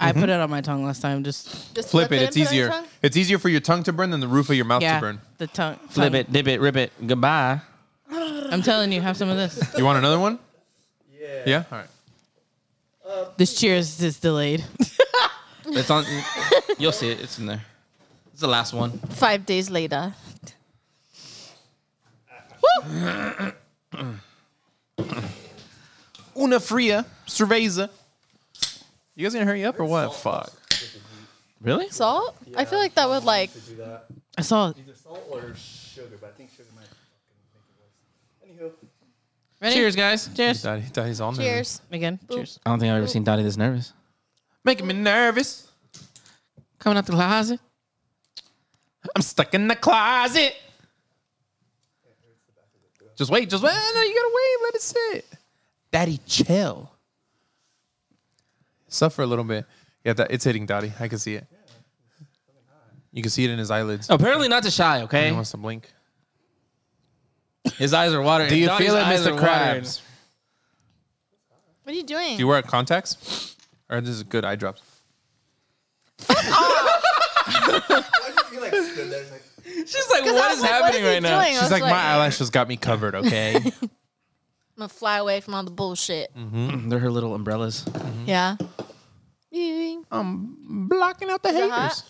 I put it on my tongue last time. Just Just Flip it. and It's put on your easier. tongue? It's easier for your tongue to burn than the roof of your mouth yeah, to burn. the tongue. Flip tongue. it, dip it, rip it. Goodbye. I'm telling you, have some of this. You want another one? Yeah. Yeah? All right. This cheers is delayed. It's on. You'll see it. It's in there. It's the last one. Five days later. Una fria cerveza. You guys gonna hurry up or what? Fuck. Really? Salt? I feel like that would like Do that. I saw. Either salt or sugar, but I think sugar might fucking make it worse. Anywho. Ready? Cheers, guys. Cheers. Daddy, daddy's on there. cheers. Again. Cheers. I don't think I've ever seen Dottie this nervous. Making me nervous. Coming out the closet. I'm stuck in the closet. Just wait, just wait. No, you gotta wait. Let it sit. Daddy, chill. Suffer a little bit. Yeah, that, it's hitting Daddy. I can see it. You can see it in his eyelids. Apparently not to shy, He okay? wants to blink. His eyes are watering. Do you Dottie's feel it, eyes Mr. are watering. Krabs? What are you doing? Do you wear contacts? Or this is good eye drops. You like stood there like, She's like, 'Cause I what was is like, what happening is he right now? doing? I She's was like, my "Mm, eyelashes got me covered, okay? I'm gonna fly away from all the bullshit. They're her little umbrellas. Yeah. Yee. I'm blocking out the it hot? haters.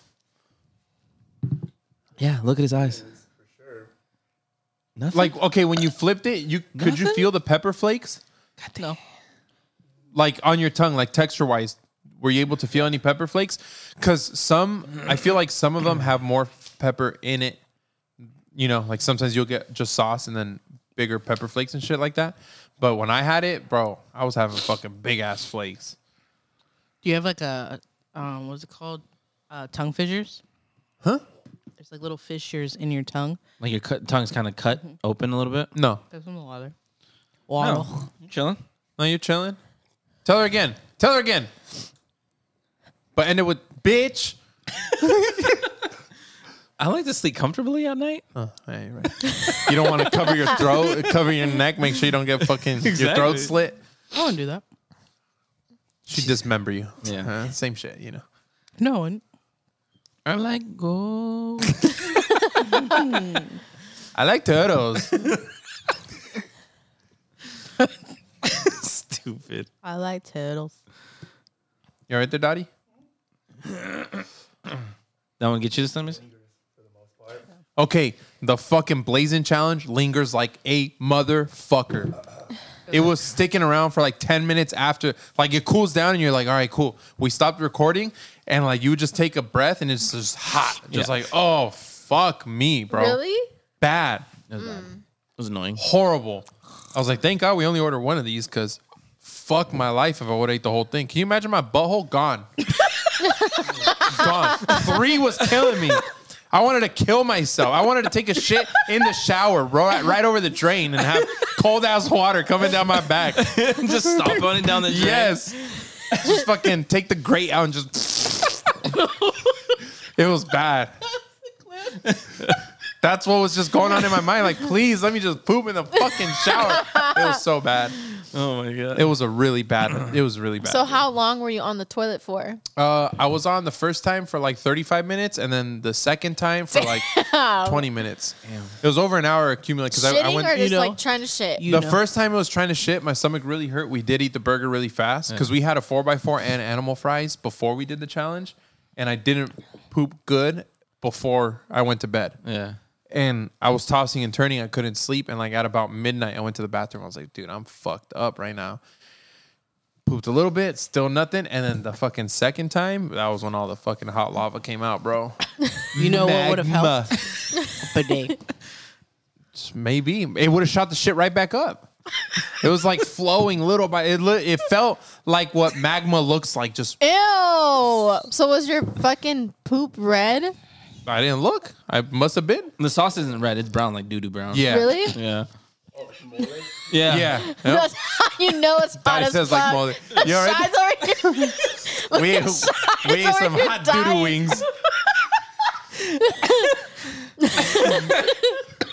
Yeah, look at his eyes. Nothing. Like, okay, when you flipped it, you could you Nothing? feel the pepper flakes? No. Like on your tongue, like texture wise, were you able to feel any pepper flakes? Because some, I feel like some of them have more f- pepper in it. You know, like sometimes you'll get just sauce and then bigger pepper flakes and shit like that. But when I had it, bro, I was having fucking big ass flakes. Do you have like a um what's it called? Uh tongue fissures? Huh? There's like little fissures in your tongue. Like your cut, tongue's kind of cut open a little bit. No, That's from the water. Oh, chilling. No, you're chilling. Tell her again. Tell her again. But end it with bitch. I like to sleep comfortably at night. Yeah, you're right. you don't want to cover your throat, cover your neck, make sure you don't get fucking your Exactly. throat slit. I wouldn't do that. She dismember you. Yeah. Huh? same shit, you know. No one. I'm like, go. I like turtles. Stupid. I like turtles. You all right there, Dottie? That one get you this time? Mason? Okay, the fucking blazing challenge lingers like a motherfucker. It was sticking around for like 10 minutes after, like it cools down and you're like, all right, cool. We stopped recording and like you would just take a breath and it's just hot. Just Yeah. like, oh, fuck me, bro. Really? Bad, That was Mm. bad. It was annoying. horrible. I was like, thank God we only ordered one of these because fuck my life if I would have ate the whole thing. Can you imagine my butthole gone? gone. Three was killing me. I wanted to kill myself. I wanted to take a shit in the shower, right, right over the drain, and have cold ass water coming down my back. Just stop on it down the drain. Yes. Just fucking take the grate out and just. it was bad. That's what was just going on in my mind. Like, please let me just poop in the fucking shower. It was so bad. Oh my god. It was a really bad. It was really bad. So how long were you on the toilet for? uh, I was on the first time for like 35 minutes, and then the second time for like 20 minutes. It was over an hour accumulated because I, Shitting I went. or just know- like trying to shit? You the know. first time I was trying to shit, my stomach really hurt. We did eat the burger really fast because we had a four x four and animal fries before we did the challenge, and I didn't poop good before I went to bed. Yeah. And I was tossing and turning. I couldn't sleep. And like at about midnight, I went to the bathroom. I was like, dude, I'm fucked up right now. Pooped a little bit, still nothing. And then the fucking second time, that was when all the fucking hot lava came out, bro. You know what would have Magma. helped? Bidet. Maybe it would have shot the shit right back up. It was like flowing little by it. Li- it felt like what magma looks like. Just Ew. So was your fucking poop red? I didn't look. I must have been. The sauce isn't red. It's brown, like doo doo brown. Yeah. Really? Yeah. Yeah. Yeah. That's how you know it's hot Daddy as says fuck. like moldy. You all right? Shy's over here. We ate, we ate over some here hot doo doo dying. wings.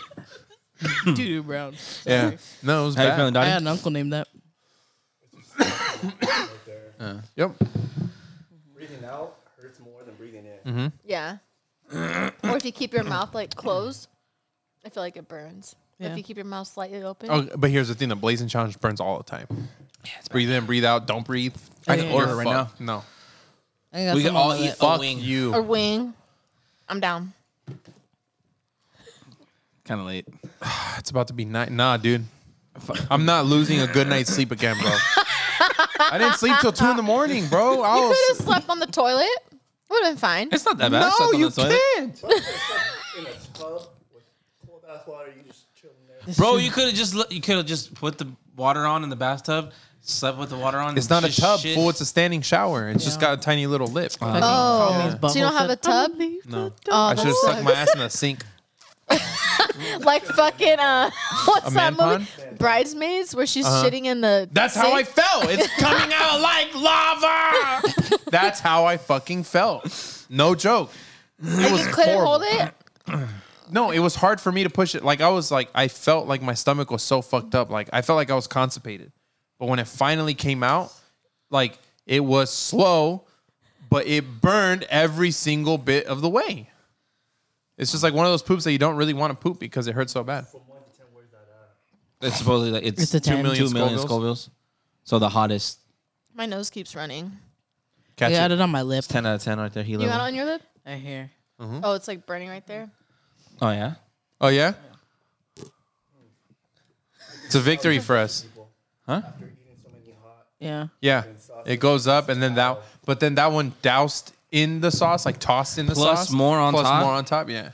Dude, brown. Yeah. No, it was How you bad. feeling, I Dottie? had an uncle named that. Yep. breathing out hurts more than breathing in. Yeah. or if you keep your mouth like closed, I feel like it burns. Yeah. If you keep your mouth slightly open. Oh, but here's the thing: the blazing challenge burns all the time. breathe in, breathe out. Don't breathe. I can order right now. No, I think that's We can something all like eat that. fuck fuck wing. you. Or wing. I'm down. Kind of late. It's about to be night. Nah, dude. I'm not losing a good night's sleep again, bro. I didn't sleep till two in the morning, bro. I You could was. have slept on the toilet. Would have been fine. It's not that bad. I slept No, on you the toilet. can't. in a tub with cold ass water, you just chilling there. Bro, you could have just let- you could have just put the water on in the bathtub, slept with the water on. It's and not a just tub, shit. fool. It's a standing shower. It's just got a tiny little lip. Oh, These so you don't bubbles have a that- tub? No. Oh, I should have that's stuck my ass in the sink. like fucking uh, what's A that man movie? Bridesmaids, where she's shitting in the. Uh-huh. That's how I sink? felt. It's coming out like lava. That's how I fucking felt. No joke. It And was you couldn't horrible. hold it. No, it was hard for me to push it. Like I was like I felt like my stomach was so fucked up. Like I felt like I was constipated. But when it finally came out, like it was slow, but it burned every single bit of the way. It's just like one of those poops that you don't really want to poop because it hurts so bad. It's supposedly like it's, It's a two 10. million Two Scovilles. million So the hottest My nose keeps running. Catch I got it. it on my lip. ten out of ten right there. He You Uh-huh. got it level. on your lip? Right here. Hmm? Oh, it's like burning right there. Oh yeah. Oh yeah? It's a victory for us. Yeah. Yeah. It goes up and then that but then that one doused in the sauce, like tossed in the Plus sauce. more on Plus top? more on top, yeah.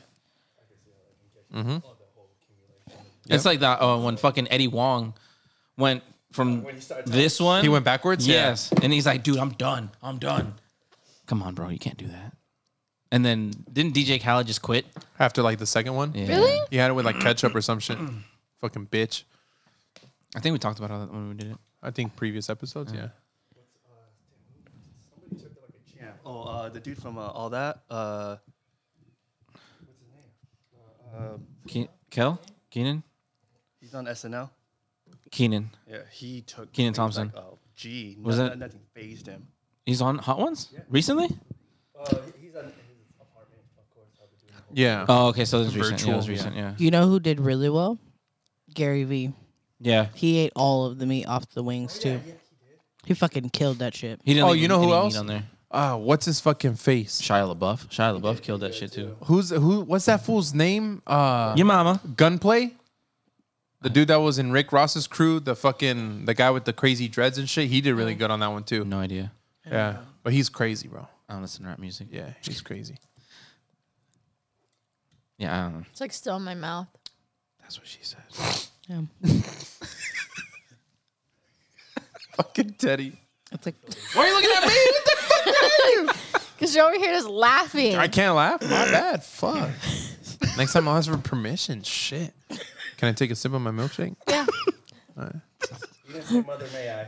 It's like that uh, when fucking Eddie Wong went from this one. He went backwards? Yeah. Yes, and he's like, dude, I'm done. I'm done. Come on, bro, you can't do that. And then didn't DJ Khaled just quit? After like the second one? Yeah. Really? You had it with like ketchup or some shit. Fucking bitch. I think we talked about all that when we did it. I think previous episodes, yeah. Oh, uh, the dude from uh, all that. Uh, Ke- Kel, Keenan, he's on SNL. Keenan. Yeah, he took Kenan he was Thompson. Like, oh, gee, Was was that- that nothing phased him? He's on Hot Ones recently. Uh, he's on his apartment, of course. Yeah. Oh, okay, so it's recent. Yeah, it was Virtual, recent. Yeah. You know who did really well? Gary Vee. Yeah. He ate all of the meat off the wings too. he, fucking killed that shit. He didn't. Oh, leave you know any who meat else? on there? Ah, what's his fucking face? Shia LaBeouf. Shia LaBeouf killed that shit too. Who's who what's that fool's name? Uh Your mama. Gunplay? The dude that was in Rick Ross's crew, the fucking the guy with the crazy dreads and shit, he did really good on that one too. No idea. Yeah. But he's crazy, bro. I don't listen to rap music. Yeah. Yeah, he's crazy. Yeah. I don't know. It's like still in my mouth. That's what she said. Yeah. Fucking Teddy. It's like Why are you looking at me? Because you're over here just laughing. I can't laugh. My bad. Fuck. Next time I'll ask for permission. Shit. Can I take a sip of my milkshake? yeah. You didn't say Mother May I.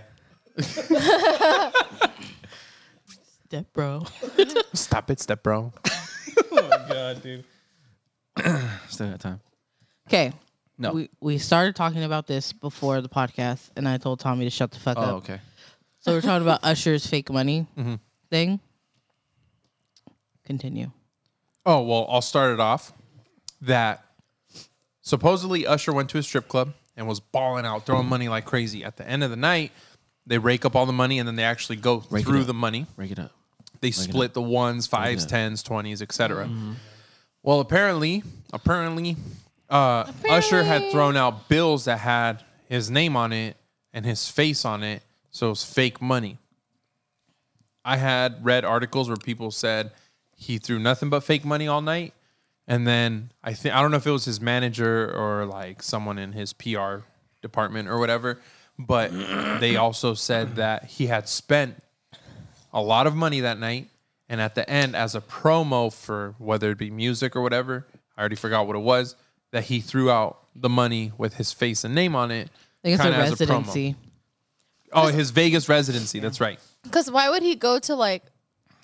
that, bro. Stop it, step bro. Still got time. Okay. No. We we started talking about this before the podcast, and I told Tommy to shut the fuck oh, up. okay. So we're talking about Usher's fake money Mm-hmm. thing. Continue. Oh, well, I'll start it off that supposedly Usher went to a strip club and was balling out, throwing money like crazy. At the end of the night, they rake up all the money and then they actually go Rake it through up. the money. Break it up. They split the ones, fives, tens, twenties, etc. Well, apparently, apparently, uh, Usher had thrown out bills that had his name on it and his face on it, so it was fake money. I had read articles where people said he threw nothing but fake money all night, and then I think I don't know if it was his manager or like someone in his PR department or whatever, but they also said that he had spent a lot of money that night. And at the end, as a promo for whether it be music or whatever, I already forgot what it was, that he threw out the money with his face and name on it. I think it's a kinda as promo. residency. Oh, his Vegas residency. That's right. Because why would he go to like.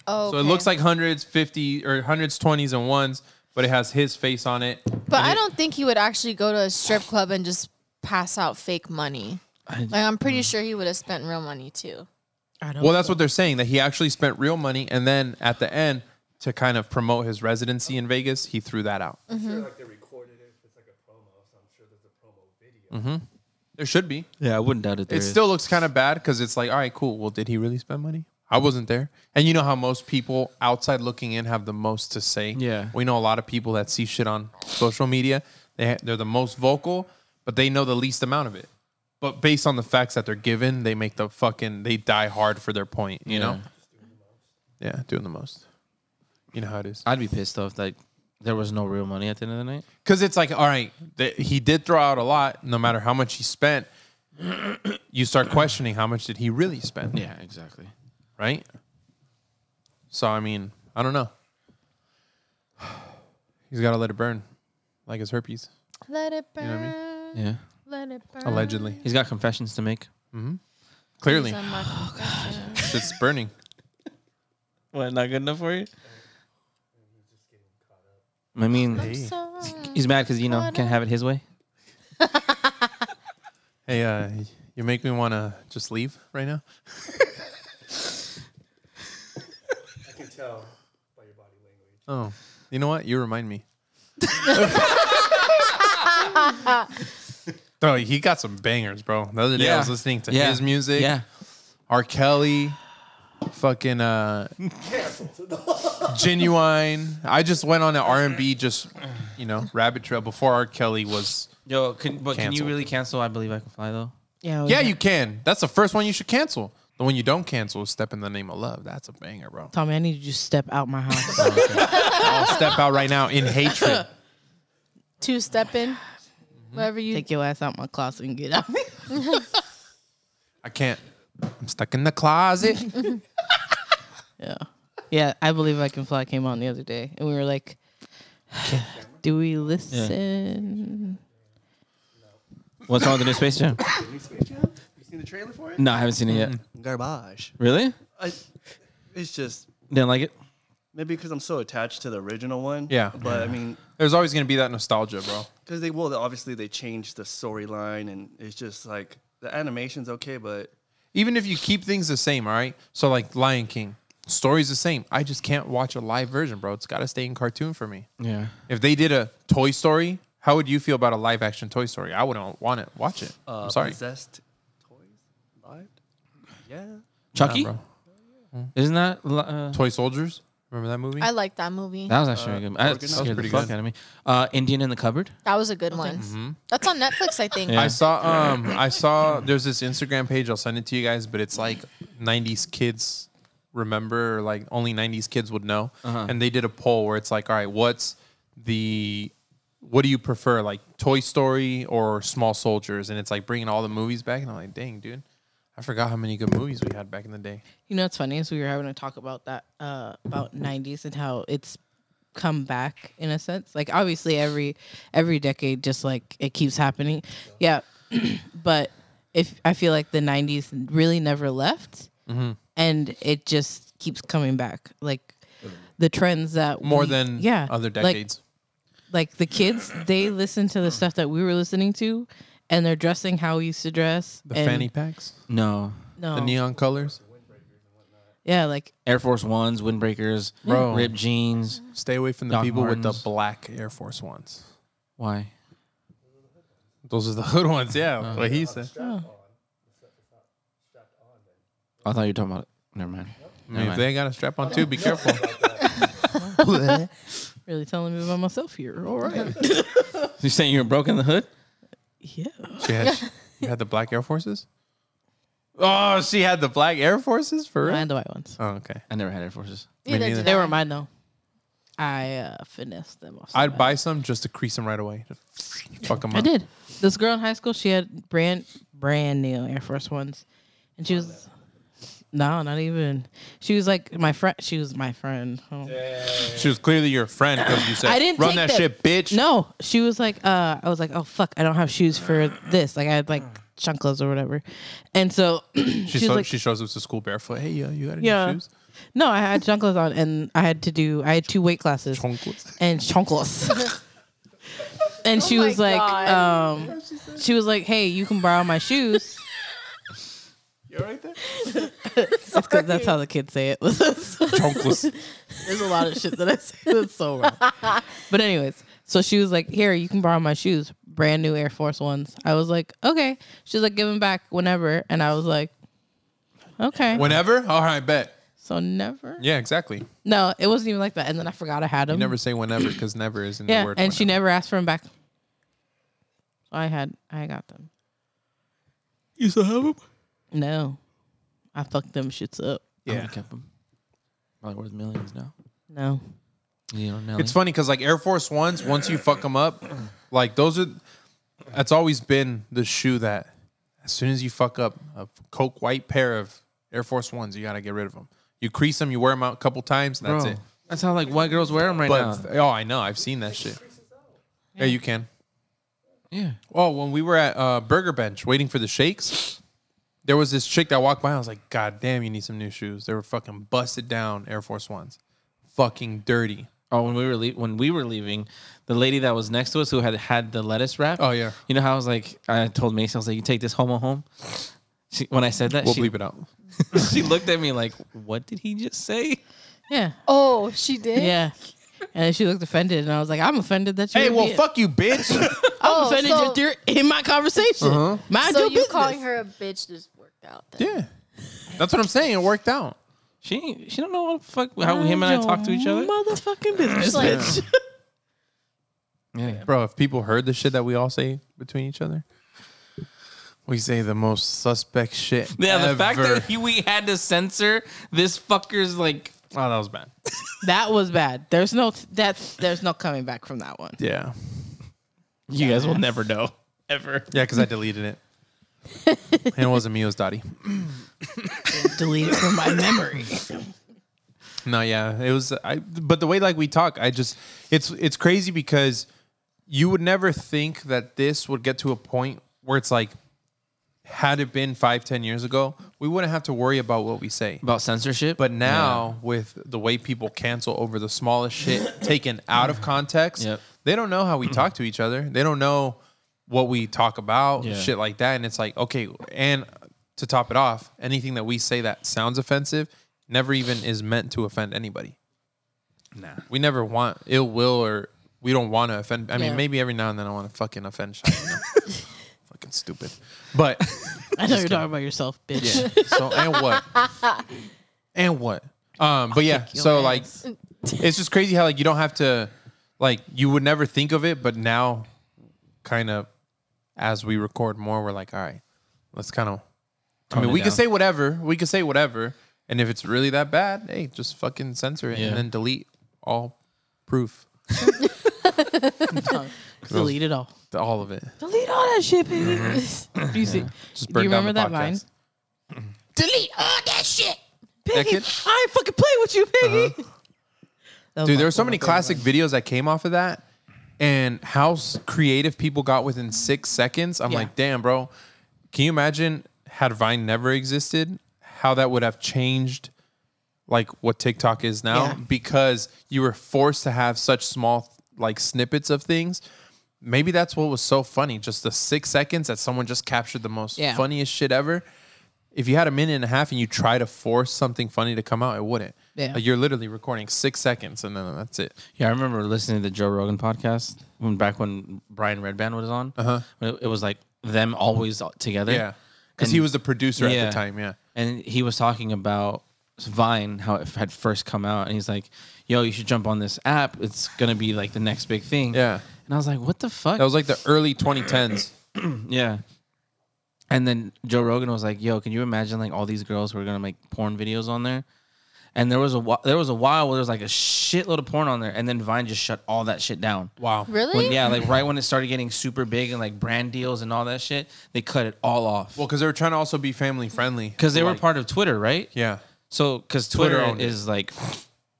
Oh. So it looks like hundreds, fifty, or hundreds, twenties, and ones, but it has his face on it. But I don't think he would actually go to a strip club and just pass out fake money. like I'm pretty Mm. sure he would have spent real money too. I don't Well, that's what they're saying that he actually spent real money, and then at the end, to kind of promote his residency in Vegas, he threw that out. Sure, like they recorded it. It's like a promo, so I'm sure there's a promo video. Mm-hmm. There should be. Yeah, I wouldn't doubt it. It still looks kind of bad because it's like, all right, cool. Well, did he really spend money? I wasn't there. And you know how most people outside looking in have the most to say. Yeah. We know a lot of people that see shit on social media. They ha- they're the most vocal, but they know the least amount of it. but based on the facts that they're given, they make the fucking they die hard for their point. You know? Yeah, doing the most. You know how it is. I'd be pissed off like there was no real money at the end of the night. Because it's like, all right, th- he did throw out a lot. No matter how much he spent, you start questioning how much did he really spend, Yeah, exactly. right? So I mean, I don't know. He's got to let it burn, like his herpes, Let it burn. know what I mean? Yeah, Let it burn. allegedly. he's got confessions to make. Clearly, Some my confession. shit's burning. What? Not good enough for you? I mean, Sorry. he's mad because you know can't have it his way. Hey, uh, you make me want to just leave right now. I can tell by your body language. Oh, you know what? You remind me. bro, he got some bangers, bro. The other day I Yeah. was listening to Yeah. his music. Yeah, R. Kelly, fucking uh, genuine. I just went on an R and B, just you know, rabbit trail before R. Kelly was. yo, can, but can you Canceled. really cancel? I believe I can fly though. Yeah. Yeah, you can. That's the first one you should cancel. The one you don't cancel is "Step in the Name of Love." That's a banger, bro. Tommy, I need you to step out my house. I'll step out right now in hatred. Two step in. Whatever you. Take your ass out my closet and get out. I can't. I'm stuck in the closet. yeah. Yeah, I believe I can fly came on the other day, and we were like, "Do we listen?" What's wrong with the new Space Jam? New Space Jam? You seen the trailer for it? No, I haven't seen it yet. Garbage. Really? I, it's just Didn't like it. maybe because I'm so attached to the original one. Yeah. But I mean, There's always gonna be that nostalgia, bro. because they well, obviously they changed the storyline, and it's just like the animation's okay, but Even if you keep things the same, all right. So like Lion King, story's the same. I just can't watch a live version, bro. It's gotta stay in cartoon for me. Yeah. If they did a Toy Story, how would you feel about a live action Toy Story? I wouldn't want it. Watch it. uh, I'm sorry. possessed toys lived. Yeah. Chucky? Mm. bro. Isn't that li- uh, Toy Soldiers. Remember that movie? I like that movie. that was actually a good. Uh, That Morgan- scared pretty the fuck good. out of me. Uh, Indian in the cupboard. That was a good one. That's on Netflix, I think. Yeah. I saw um I saw there's this Instagram page, I'll send it to you guys, but it's like 90s kids remember or like only 90s kids would know. And they did a poll where it's like, "All right, what's the what do you prefer, like Toy Story or Small Soldiers?" And it's like bringing all the movies back and I'm like, "Dang, dude. I forgot how many good movies we had back in the day." You know, what's funny is we were having a talk about that uh, about '90s and how it's come back in a sense. Like obviously, every every decade, just like it keeps happening. Yeah, but if I feel like the '90s really never left, Mm-hmm. and it just keeps coming back, like the trends that Mm-hmm. More we- than yeah other like- decades. like the kids they listen to the stuff that we were listening to and they're dressing how we used to dress The and Oh. fanny packs, No. no the neon colors. yeah like Air Force Ones, windbreakers, Bro. ripped jeans. Stay away from the Doc people with Martens. the black Air Force ones. Why? Those are the hood ones, yeah. what he said. oh, I thought you were talking about. Never mind. I mean, if they got a strap on too, be careful. really telling me about myself here all right You saying you were broke in the hood? yeah She had, you had the black Air Forces? Oh, she had the black Air Forces for i real? had the white ones Oh, okay. I never had Air Forces. Neither neither. did they I. were mine though i uh finessed them off I'd somebody. buy some just to crease them right away. Just fuck them i up. did this girl in high school she had brand brand new air force ones and she was no not even she was like my friend she was my friend Oh. She was clearly your friend because you said, I didn't run take that them. shit, bitch. No, she was like, uh, I was like, oh fuck, I don't have shoes for this. Like I had like chunklas or whatever, and so she, she was so, like, she shows up to school barefoot. Hey, yo, you got any Yeah. shoes? no, I had chunklas on, and I had to do, I had two weight classes Chonkless. and chunklas. and she Oh my was like, God. um, she was like, hey, you can borrow my shoes. You're right there. That's 'cause that's how the kids say it. There's Chonkless. a lot of shit that I say that's so wrong. But anyways, so she was like, "Here, you can borrow my shoes, brand new Air Force ones." I was like, "Okay." She's like, "Give them back whenever," and I was like, "Okay." Whenever? All right, bet. so never. Yeah, exactly. No, it wasn't even like that. And then I forgot I had them. You never say whenever because never is in yeah, the word. and she never asked for them back. So I had, I got them. You still have them? No, I fucked them shits up. Yeah, I kept them. Probably worth millions now. No, You know, Nelly. It's funny because like Air Force Ones, once you fuck them up, like those are. That's always been the shoe that, as soon as you fuck up a coke white pair of Air Force Ones, you gotta get rid of them. You crease them, you wear them out a couple times, and that's Bro, it. That's how like white girls wear them right But now. oh, I know, I've seen that shit. Yeah, you can. Yeah. Oh, when we were at uh, Burger Bench waiting for the shakes, there was this chick that walked by. I was like, God damn, you need some new shoes. They were fucking busted down Air Force Ones, fucking dirty. Oh, when we were le- when we were leaving, the lady that was next to us who had had the lettuce wrap. Oh, yeah. You know how I was like, I told Macy, I was like, you take this homo home. She, when I said that, We'll she, bleep it out. she looked at me like, what did he just say? yeah, Oh, she did. yeah. And she looked offended, and I was like, "I'm offended that you." Hey, well, did. fuck you, bitch. I'm Oh, offended so- that you're in my conversation. Uh-huh. Mind So your you business. calling her a bitch just worked out. Then. Yeah. That's what I'm saying. It worked out. She ain't- she don't know what the fuck how him and I talk to each other. Motherfucking business, like- bitch. Yeah. Bro, if people heard the shit that we all say between each other, we say the most suspect shit. Yeah, the fact ever. that he, we had to censor this fucker's like Oh, that was bad. That was bad. There's no that's there's no coming back from that one. Yeah. you guys will never know ever. Yeah, because I deleted it. and it wasn't me, it was Dottie. Delete it from my memory. No, yeah, it was. I but the way like we talk, I just it's it's crazy because you would never think that this would get to a point where it's like, had it been five ten years ago, we wouldn't have to worry about what we say. About censorship, But now with the way people cancel over the smallest shit taken out of context, Yep. they don't know how we talk to each other. They don't know what we talk about, Yeah. shit like that. And it's like, okay, and to top it off, anything that we say that sounds offensive never even is meant to offend anybody. Nah. We never want ill will or we don't want to offend. I Yeah. mean, maybe every now and then I want to fucking offend Shia. you know? fucking stupid. But I know you're talking about yourself, bitch. yeah. So and what? and what? Um, but yeah, your so ass. like it's just crazy how like you don't have to like you would never think of it, but now kind of as we record more, we're like, all right, let's kind of I Tone mean it we can down. say whatever, we can say whatever. And if it's really that bad, hey, just fucking censor it Yeah. and then delete all proof. Delete it all. All of it. Delete all that shit, baby. Do you see? Mm-hmm. Just Do burn you down remember the that line? podcast. Delete all that shit, Piggy. kid? Uh-huh. I ain't fucking play with you, Piggy. That was Dude, my- there were so one of many my favorite classic ones. videos that came off of that, and how s- creative people got within six seconds. I'm Yeah. like, damn, bro. Can you imagine had Vine never existed? How that would have changed, like what TikTok is now, Yeah. because you were forced to have such small like snippets of things. Maybe that's what was so funny, just the six seconds that someone just captured the most Yeah. funniest shit ever. If you had a minute and a half and you try to force something funny to come out, it wouldn't. Yeah. Like, you're literally recording six seconds and then that's it. Yeah, I remember listening to the Joe Rogan podcast when back when Brian Redband was on. Uh-huh. It, it was like them always together. Yeah. Because he And- was the producer at Yeah. the time. Yeah. and he was talking about Vine how it had first come out, and he's like, "Yo, you should jump on this app. It's gonna be like the next big thing." Yeah. and I was like, "What the fuck?" That was like the early 2010s. yeah. And then Joe Rogan was like, "Yo, can you imagine like all these girls who are gonna make porn videos on there?" And there was a whi- there was a while where there was like a shitload of porn on there, and then Vine just shut all that shit down. Wow. Really? When, yeah, like right when it started getting super big and like brand deals and all that shit, they cut it all off. Well, because they were trying to also be family friendly. because they were Like- part of Twitter, right? Yeah. So, because Twitter Twitter, owned it. is like,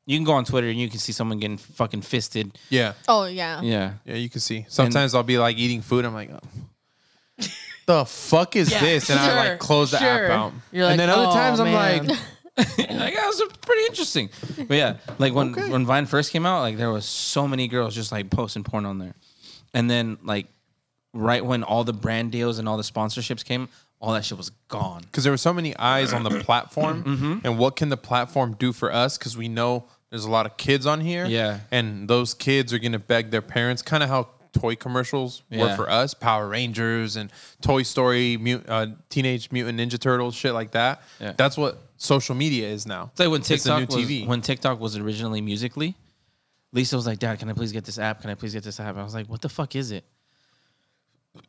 you can go on Twitter and you can see someone getting fucking fisted. Yeah. Oh yeah. Yeah. Yeah. You can see. Sometimes I'll be like eating food. I'm like, oh, the fuck is Yeah, this? And I sure, like close the sure. app out. You're like, and then other "Oh, times I'm man." like, like, that was pretty interesting. But yeah, like when, when Vine first came out, like there was so many girls just like posting porn on there. And then, like, right when all the brand deals and all the sponsorships came, all that shit was gone. because there were so many eyes on the platform Mm-hmm. and what can the platform do for us because we know there's a lot of kids on here Yeah. and those kids are going to beg their parents kind of how toy commercials were Yeah. for us power rangers and toy story Mut- uh, teenage mutant ninja turtles shit like that Yeah. that's what social media is now It's like when It's the TikTok new was, TV. when TikTok was originally Musically. Lisa was like, "Dad, can I please get this app? Can I please get this app?" I was like, "What the fuck is it?"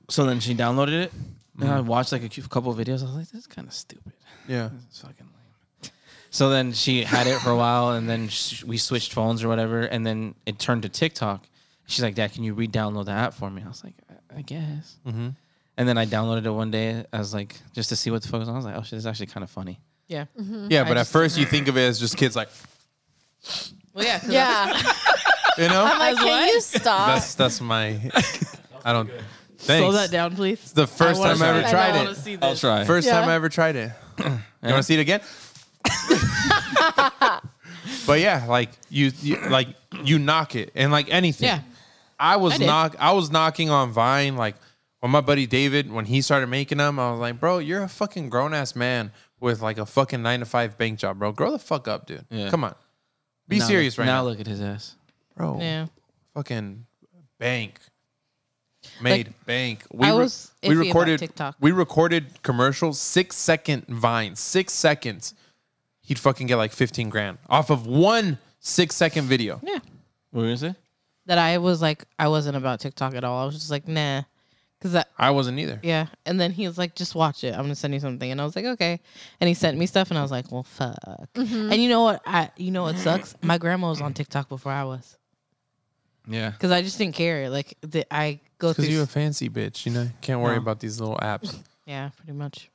So then she downloaded it, And I watched like a cu- couple of videos. I was like, this is kind of stupid. Yeah. It's fucking lame. So then she had it for a while, and then sh- we switched phones or whatever, and then it turned to TikTok. She's like, "Dad, can you re-download the app for me?" I was like, "I, I guess." And then I downloaded it one day. I was like, just to see what the fuck was on. I was like, "Oh shit, this is actually kind of funny." Yeah. Yeah, Mm-hmm. I but at just- first you think of it as just kids like, Well, yeah. 'cause I- Yeah. you know? I'm like, As can what? you stop? That's that's my I don't Slow Thanks. that down, please. The first wanna time I ever see this. tried I wanna it. see I'll this. try. First Yeah. time I ever tried it. You want to see it again? but yeah, like you, you, like you knock it, and like anything. Yeah. I was I did. knock, I was knocking on Vine. Like when my buddy David, when he started making them, I was like, bro, you're a fucking grown ass man with like a fucking nine to five bank job, bro. Grow the fuck up, dude. Yeah. Come on, be Now serious look- right now, Now look at his ass. bro. Yeah. Fucking bank. Made bank. We I re- was we iffy about recorded TikTok. we recorded commercials, six second vines, six seconds. He'd fucking get like fifteen grand off of one six second video. Yeah. What is it? That I was like, I wasn't about TikTok at all. I was just like, nah. Cause I, I wasn't either. yeah. And then he was like, just watch it. I'm gonna send you something. And I was like, okay. And he sent me stuff, and I was like, well, fuck. And you know what? I, you know what sucks? My grandma was on TikTok before I was, Yeah. cause I just didn't care. Like the, I go through. Because you're a fancy bitch, you know. Can't worry about these little apps. yeah, pretty much.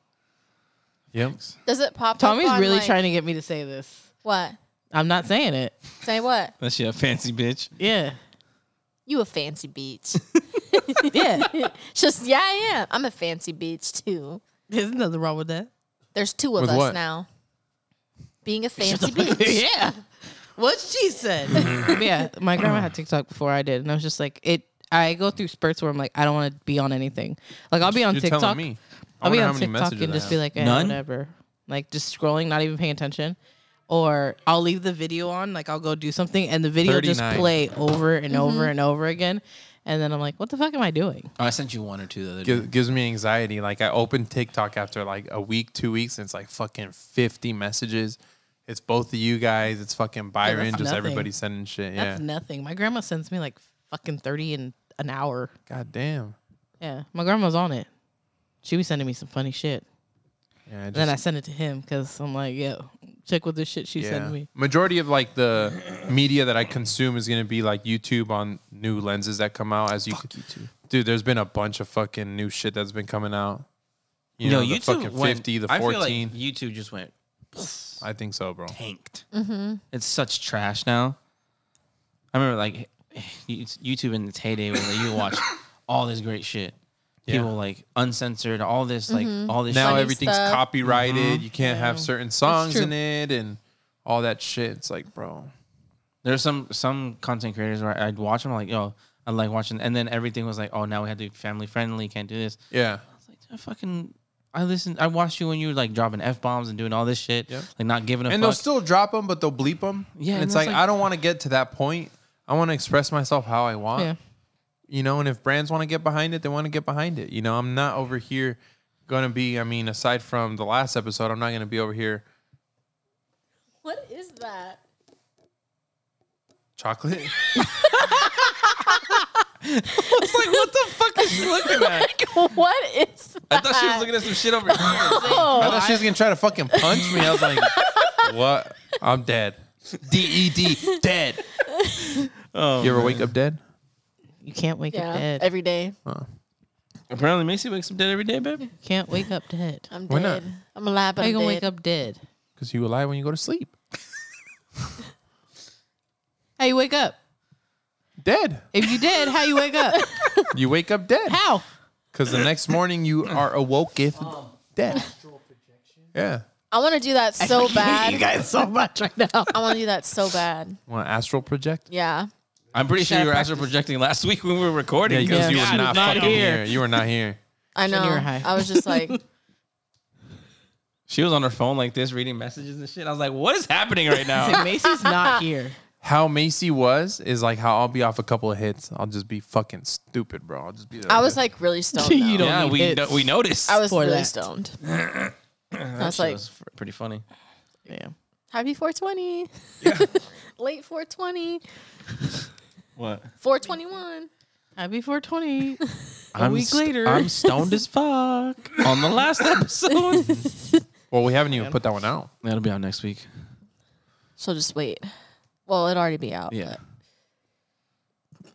Yep. Does it pop up? Tommy's on, really like, trying to get me to say this. What? I'm not saying it. Say what? That shit, a fancy bitch. Yeah. You a fancy beach. Yeah. Just, yeah, I am. I'm a fancy beach too. There's nothing wrong with that. There's two of With us what? now. Being a fancy beach. yeah. What she said. But yeah, my grandma had TikTok before I did, and I was just like, it. I go through spurts where I'm like, I don't want to be on anything. Like I'll be on You're TikTok. telling me. I I'll be wonder on how many TikTok messages and I just have. be like, eh, None? whatever. Like just scrolling, not even paying attention. Or I'll leave the video on, like I'll go do something, and the video just 39. play over and over and over again, and then I'm like, what the fuck am I doing? Oh, I sent you one or two the other day. Gives, gives me anxiety. Like I open TikTok after like a week, two weeks, and it's like fucking fifty messages. It's both of you guys. It's fucking Byron. just nothing. everybody sending shit. Yeah. That's nothing. My grandma sends me like fucking thirty in an hour. God damn. Yeah, my grandma's on it. She was sending me some funny shit. Yeah. then I sent it to him because I'm like, yo, check what this shit she sent me. Majority of like the media that I consume is gonna be like YouTube on new lenses that come out. As you, could, dude, there's been a bunch of fucking new shit that's been coming out. You know, the fucking went- fifty, the I feel fourteen. like I, YouTube just went think so, bro. tanked. It's such trash now. I remember like YouTube in its heyday where like, you could watch all this great shit. People like uncensored, all this like all this. Now Funny shit. everything's stuff. copyrighted. Mm-hmm. You can't have certain songs true. in it and all that shit. It's like, bro, there's some some content creators where I'd watch them like yo, I like watching, and then everything was like oh now we have to be family friendly, can't do this. yeah. It's like I fucking. I listened. I watched you when you were like dropping f bombs and doing all this shit, Yep. like not giving a And they'll fuck. still drop them, but they'll bleep them. Yeah, and and it's that's like, like- I don't want to get to that point. I want to express myself how I want. Yeah. you know and if brands want to get behind it they want to get behind it you know i'm not over here gonna be i mean aside from the last episode i'm not gonna be over here What is that? chocolate What is that? I thought she was looking at some shit over here. i thought she was gonna try to fucking punch me i was like what i'm dead E d-e-d dead Oh, you ever wake up dead You can't wake Yeah, up dead. every day. Apparently, Macy wakes up dead every day, babe. You can't wake up dead. I'm Why dead. not? I'm alive, How but you I'm gonna dead. wake up dead? because you lie when you go to sleep How you wake up? dead If you dead, how you wake up? you wake up dead How? because the next morning you are Um, awoketh dead yeah I want to do that so You bad. guys so much right now. I want to do that so bad. want to astral project Yeah. I'm pretty sure Gotta you were astral projecting last week when we were recording. yeah, 'cause because you were not, not fucking here. here. You were not here. I know. you were high. I was just like, She was on her phone like this, reading messages and shit. I was like, "What is happening right now?" Macy's not here. how Macy was is like how I'll be off a couple of hits. I'll just be fucking stupid, bro. I'll just be. I was like really stoned. You though. don't yeah, need we hits. no- we noticed. I was for really that. stoned. I was Shit like, was f- pretty funny. Yeah. happy 420. Late 420. What? 421. Happy 420. I'm week st- later. I'm stoned as fuck on the last episode. Well, we haven't even put that one out. That'll be out next week. So just wait. Well, it'd already be out. Yeah.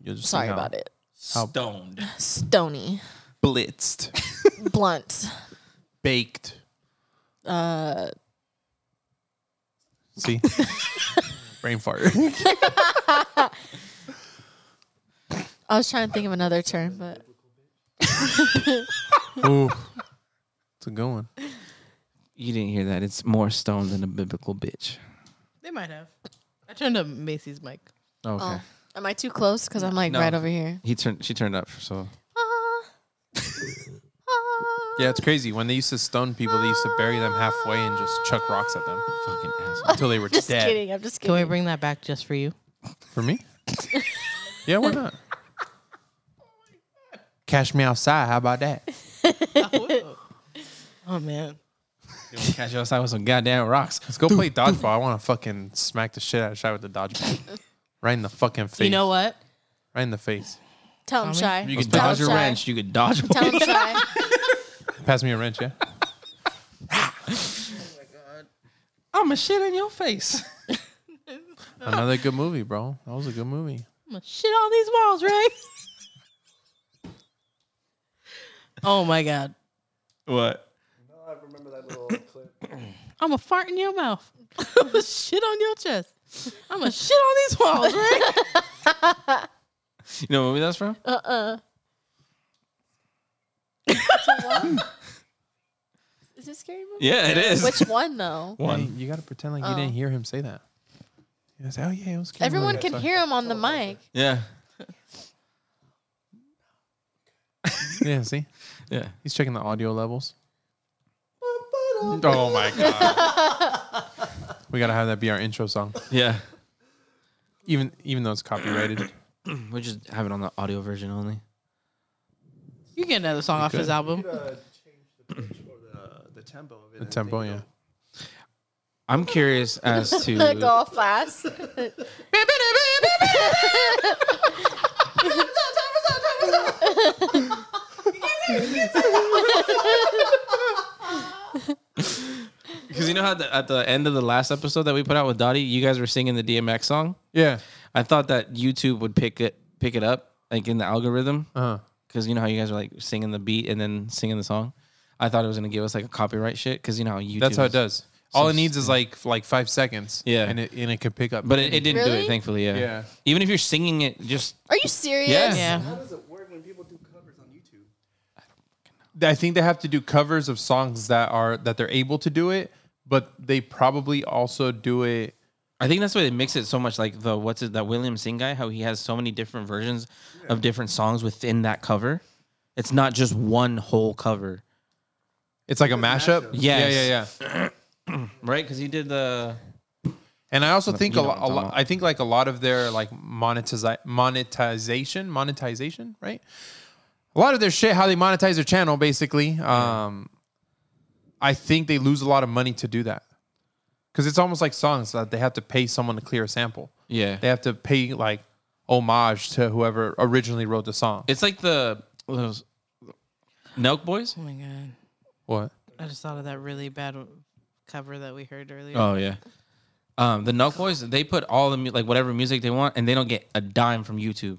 You'll just see Sorry how- about it. Stoned. Stony, Blitzed, blunt, baked. uh, See, brain fart. I was trying to think of another term, but Ooh, it's a good one. You didn't hear that. It's more stoned than a biblical bitch. They might have. I turned up Macy's mic. Okay. oh, am I too close? Because I'm like No. right over here. He turned. She turned up. So Ah. Ah. Yeah, it's crazy. When they used to stone people, they used to bury them halfway and just chuck rocks at them fucking asshole. until they were just dead. kidding. I'm just Can kidding. we bring that back just for you? For me? yeah, why not? Cash me outside. How about that? Oh man. Catch you outside with some goddamn rocks. Let's go play dodgeball. I want to fucking smack the shit out of Shy with the dodgeball. right in the fucking face. You know what? Right in the face. Tell him shy. You could Tell 'em dodge a shy. wrench. You could dodge. a Tell him shy. Pass me a wrench, yeah? I'm a shit in your face. Another good movie, bro. That was a good movie. I'm gonna shit on these walls, right? oh my god. What? I'm gonna fart in your mouth. I'm gonna shit on your chest. I'm gonna shit on these walls, right? You know what movie that's from? Uh uh Is it scary movie? Yeah, it is. Which one though? One. you got to pretend like you didn't hear him say that. You gotta say, oh, yeah, it was a good Oh. Everyone movie." can hear him on the mic. Yeah. Yeah, see? Yeah. He's checking the audio levels. Oh, my God. we got to have that be our intro song, Yeah. even even though it's copyrighted. We just have it on the audio version only. You get another song off his album. Uh, the tempo of it. The tempo, yeah. I'm curious as to Go all fast. because you know how the, at the end of the last episode that we put out with Dottie, you guys were singing the DMX song. Yeah. I thought that YouTube would pick it pick it up like in the algorithm Uh huh. because you know how you guys are like singing the beat and then singing the song. I thought it was gonna give us like a copyright shit because you know how YouTube. That's how is- it does. All it needs is like like five seconds. Yeah. and it and it could pick up. But it, it didn't do Really? it, thankfully. Yeah. Yeah. Even if you're singing it, just Are you serious? Yeah. Yeah. does it work when people do covers on YouTube? I think they have to do covers of songs that are that they're able to do it, but they probably also do it. I think that's why they mix it so much. Like the what's it that William Sing guy? How he has so many different versions of different songs within that cover. It's not just one whole cover, It's like a mashup. Yes. Yeah, yeah, yeah. right? Because he did the And I also think you a know what lot. I'm a talking lot about. I think like a lot of their like monetize monetization monetization right. A lot of their shit, how they monetize their channel, basically. Um, I think they lose a lot of money to do that because it's almost like songs that they have to pay someone to clear a sample. yeah. they have to pay like homage to whoever originally wrote the song. It's like the those Nelk Boys. Oh my god. What? I just thought of that really bad cover that we heard earlier. Oh yeah. Um, the Nelk Boys, they put all the mu- like whatever music they want, and they don't get a dime from YouTube.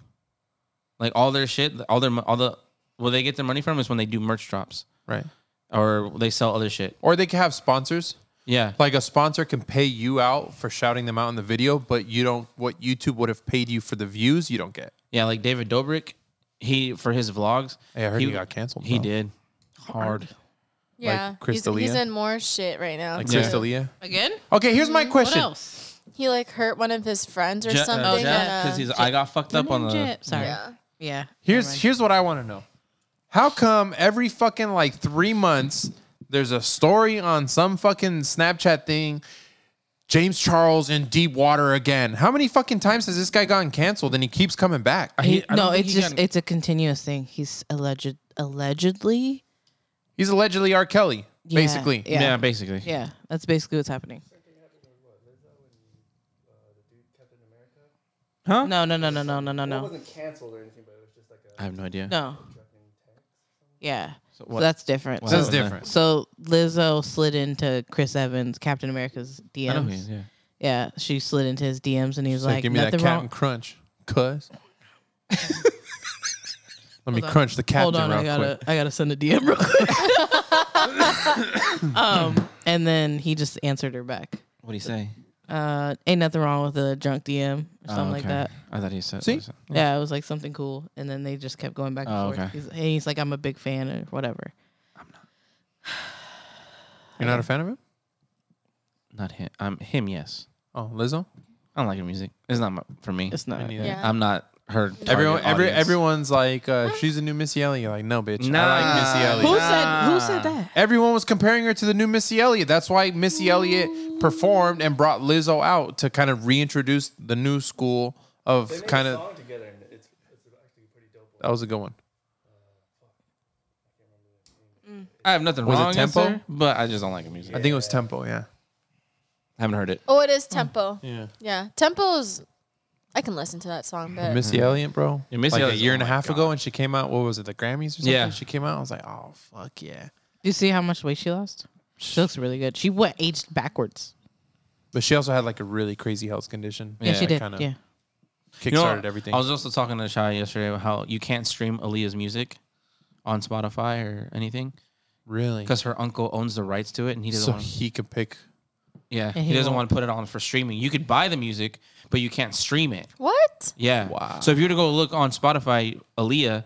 Like all their shit, all their mo- all the where they get their money from is when they do merch drops Right. or they sell other shit. Or they can have sponsors. Yeah, Like a sponsor can pay you out for shouting them out in the video, but you don't what YouTube would have paid you for the views, you don't get. yeah. Like David Dobrik, he for his vlogs. Hey, I heard he got canceled, He bro. did hard. Yeah. Chris he's, he's D'Elia? in more shit right now. Like too. Chris D'Elia. Again? Okay, here's my What question. else? He like hurt one of his friends or something. Oh, Jet, and, uh, because he's I got fucked up on the. Jet. Sorry. yeah. Yeah. Here's here's what I want to know. How come every fucking like three months there's a story on some fucking Snapchat thing? James Charles in deep water again. How many fucking times has this guy gotten canceled and he keeps coming back? He, I don't no, think it's he just got- it's a continuous thing. He's alleged allegedly. He's allegedly R. Kelly, Yeah, basically. Yeah, Yeah. yeah. basically. That's basically what's happening. Huh? No, no, no, no, no, no, no, no. wasn't canceled or anything, but it was just like a I have no idea. No. Yeah. So, what- that's different. what So- That's happened there? different. So Lizzo slid into Chris Evans, Captain America's I know DMs. who he is, Oh, yeah. Yeah, she slid into his DMs and he was So like, give me that "Nothing Captain wrong." Crunch, cuz. Let me Hold on. crunch the Hold captain on, real I gotta, quick. I gotta send a DM real quick. um, and then he just answered her back. What do you say? Uh, ain't nothing wrong with a drunk DM or something Oh, like okay. that. I thought he said. See? Yeah, it was like something cool, and then they just kept going back and Oh, forth. okay. He's, and he's like, "I'm a big fan" or whatever. You're not a fan of him? Not him. I'm him. Yes. Oh, Lizzo? I don't like her music. It's not my, for me. It's not. neither. Yeah. I'm not her. target Everyone, every, audience. everyone's like, uh, she's the new Missy Elliott. You're like, no, bitch. Nah. I like Missy Elliott. Who Nah. said? Who Ah. said that? Everyone was comparing her to the new Missy Elliott. That's why Missy Elliott performed and brought Lizzo out to kind of reintroduce the new school of kind of. together, and it's, it's actually pretty dope. That was a good one. I have nothing Was it wrong with Tempo? her, but I just don't like her music. I think it was Tempo. Yeah. I haven't heard it. Oh, it is tempo. Yeah. Yeah, tempo's. I can listen to that song, but Missy Elliott, bro. Mm-hmm. Yeah, Missy like Elliott's- a year oh and a my half God. ago, and she came out. What was it? The Grammys or something? Yeah. She came out. I was like, oh fuck yeah. Do you see how much weight she lost? She looks really good. She went aged backwards. But she also had like a really crazy health condition. Yeah, she that did. kinda Yeah. Kickstarted You know, everything. I was also talking to Shai yesterday about how you can't stream Aaliyah's music on Spotify or anything really. because her uncle owns the rights to it, and he doesn't. So want, he could pick. yeah, And he, he doesn't won't. want to put it on for streaming. You could buy the music, but you can't stream it. what? Yeah. Wow. So if you were to go look on Spotify, Aaliyah,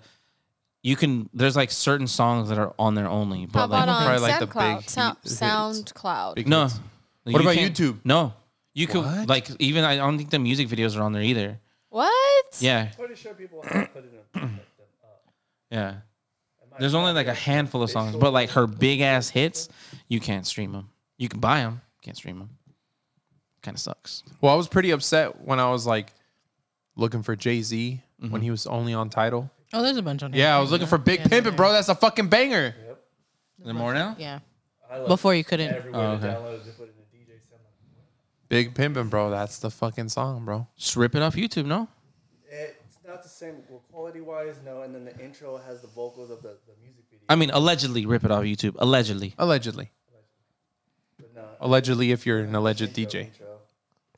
you can. There's like certain songs that are on there only. But How like, about on Probably like the SoundCloud? big Sound, hits. SoundCloud. Big No. hits. What about YouTube? No. You could What? like even I don't think the music videos are on there either. What? Yeah. Pretty sure people have put it in. Yeah. There's only like a handful of songs, but like her big ass hits, you can't stream them. You can buy them, can't stream them. Kind of sucks. Well, I was pretty upset when I was like looking for Jay Z when he was only on title. Oh, there's a bunch on here. Mm-hmm. Yeah, I was looking for Big Yeah, Pimpin', bro. That's a fucking banger. Is there more now? Yeah. I love Before you couldn't. everywhere Oh, to okay. download it, just put it in the DJ sound. Big Pimpin', bro. That's the fucking song, bro. Just rip it off YouTube, no? eh, It's not the same well, quality wise, no. And then the intro has the vocals of the, the music video, I mean, allegedly rip it off YouTube. Allegedly. Allegedly. but no Allegedly, if you're an Oh, alleged no DJ. intro.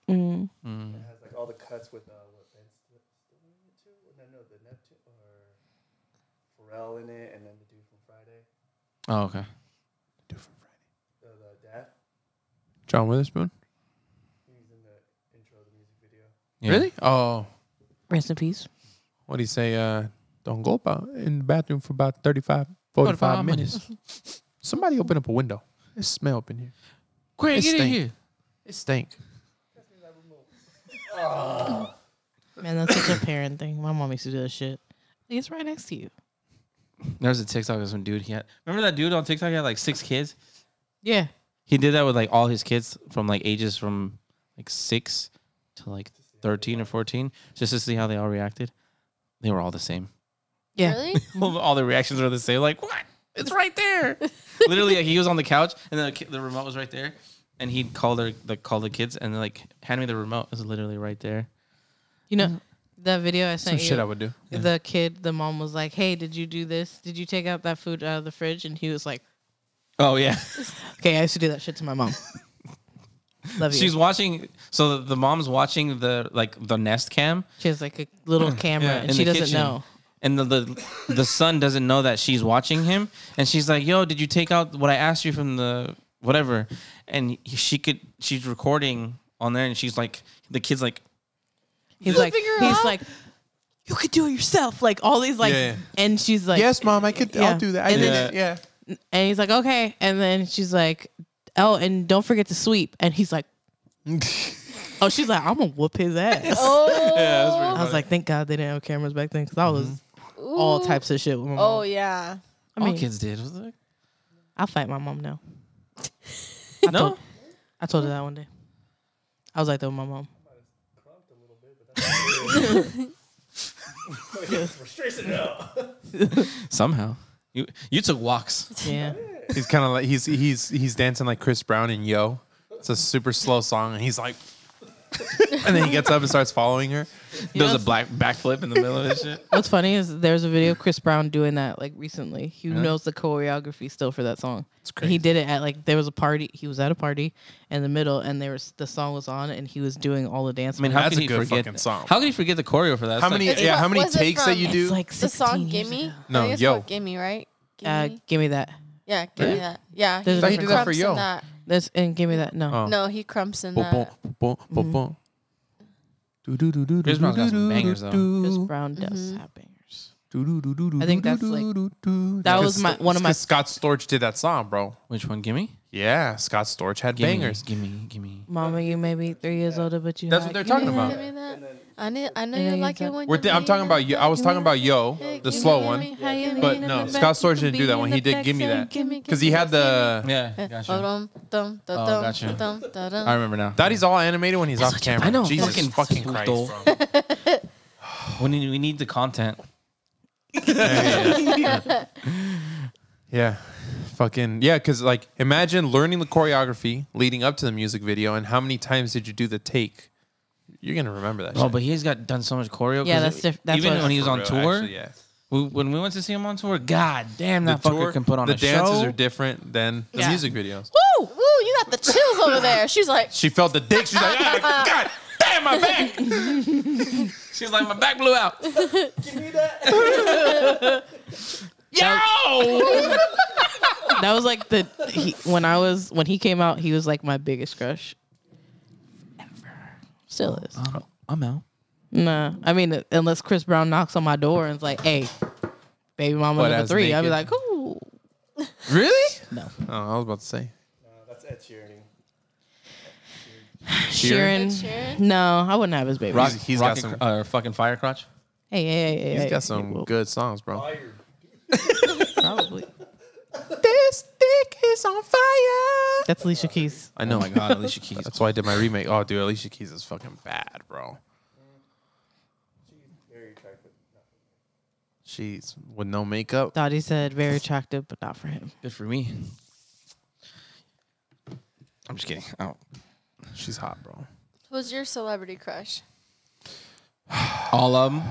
Mm. It has like all the cuts with uh, what Ben Stiller too? No, no, the Neptune or Pharrell in it, and then the dude from Friday, Oh, okay. the, the dad, John Witherspoon? he's in the intro of the music video. Yeah. Really? Oh. Rest in peace. What do you say? Uh, don't go about in the bathroom for about 35, 45, 45 minutes. Somebody open up a window. It smell up in here. Quick, It get in stink. here. It stink. Man, that's such a parent thing. My mom used to do this shit. Like, It's right next to you. There was a TikTok of some dude. He had remember that dude on TikTok? He had like six kids. Yeah. He did that with like all his kids from like ages from like six to like thirteen or fourteen, just to see how they all reacted. They were all the same. Yeah. Really? all the reactions were the same. Like what? It's right there. Literally, like, he was on the couch and the, ki- the remote was right there, and he'd call their the call the kids and they're like hand me the remote. It was literally right there. You know that video I Mm-hmm. Some sent shit I you. would do. The kid, the mom was like, "Hey, did you do this? Did you take out that food out of the fridge?" And he was like, Oh yeah. "Okay, I used to do that shit to my mom." Love you. She's watching. So the, the mom's watching the like the Nest Cam, she has like a little camera, in and she the doesn't kitchen. know. and the, the the son doesn't know that she's watching him, and she's like, "Yo, did you take out what I asked you from the whatever?" And he- she could, she's recording on there, and she's like, the kid's like, He's like, Flipping her he's off. like, you could do it yourself. Like all these like, Yeah, yeah. and she's like, yes, mom, I could. Yeah. I'll do that. I And did then- it. Yeah. and he's like, okay, and then she's like, oh, and don't forget to sweep, and he's like, oh, she's like, I'm gonna whoop his ass. Oh, I was like, thank God they didn't have cameras back then, because I was all Mm-hmm. ooh. types of shit. With my mom. Oh yeah. I mean, all kids did. I was like, I'll fight my mom now. I no, told, I told her that one day. I was like that with my mom. somehow you you took walks. Yeah, He's kind of like he's he's he's dancing like Chris Brown in Yo. It's a super slow song, and he's like, and then he gets up and starts following her. Does a black backflip in the middle of this shit. What's funny is there's a video of Chris Brown doing that like recently. He knows the choreography still for that song. It's crazy. He did it at like there was a party. He was at a party in the middle, and there was the song was on, and he was doing all the dance. I mean, how That's could a he good forget? fucking song. How could he forget the choreo for that? How It's like- many? It's yeah, what how many was it takes that from? you It's do? it's like the song 16 years Gimme? ago. No, I think it's yo. called Gimme, right? Uh, Gimme? give me that. yeah, Gimme yeah. that. Yeah. There's a I thought you did that for crumps in yo. that. This and give me that. No. Oh. No, he crumps in Boom, that. boom, boom, boom, boom. Do-do-do-do-do-do-do-do-do. Chris Brown's got some bangers, though. Mm-hmm. Chris Brown does have bangers. Do-do-do-do-do-do-do-do-do-do. I think that's, like- Do-do-do-do-do-do. That was Because my- one of it's my- 'cause Scott Storch did that song, bro. Which one? Gimme. Yeah, Scott Storch had Gimme, bangers. Gimme. Gimme. Mama, you may be three years older, but you. That's hot. what they're Give me talking that. about. Gimme that. I, knew, I know And you then like you it got- when We're you th- I'm lean talking about. up. Yo- I was talking about Yo, Hey, the you slow give one. me how you Yeah. lean But in no, the Scott back, Storch you can didn't do be that in one. the He did back Give Me side, That. gimme, because he gimme, had the. Yeah, Uh, Yeah. gotcha. Ba-dum, dum, da-dum, Oh, gotcha. da-dum, da-dum. I remember now. Daddy's all animated when he's off camera. I know. Jesus Fucking fucking, Christ. puto. bro. We need, we need the content. Yeah. Fucking yeah, because like imagine learning the choreography leading up to the music video, and how many times did you do the take? You're gonna remember that. Oh, shit. but he's got done so much choreo. 'cause Yeah, that's diff- that's even what- when he was on For real, tour. actually, yeah. we, when we went to see him on tour, god damn, that The fucker tour, can put on the a dances show. are different than the Yeah. music videos. Woo, woo, you got the chills over there. She's like, She felt the dick. She's like, "Ah, God damn my back. She's like, my back blew out. That was like the he, when I was when he came out, he was like my biggest crush. Ever. Still is. Uh-huh. I'm out. Nah, I mean unless Chris Brown knocks on my door and's like, "Hey, baby mama Butt number ass three, I'd be naked. like, "Ooh, Really? No. Oh, I was about to say. Uh, that's Ed Sheeran. Sharon." Sharon? No, I wouldn't have his baby. Rock- He's, He's got got some some- uh, fucking fire crotch. Hey, hey, hey, hey, He's hey. got some Well, good songs, bro. Probably. This dick is on fire. That's Alicia Keys. I know. Oh my god, Alicia Keys. That's why I did my remake. Oh, dude, Alicia Keys is fucking bad, bro. She's with no makeup. Dottie said very attractive, but not for him. Good for me. I'm just kidding. Oh. She's hot, bro. Who's your celebrity crush? All of them.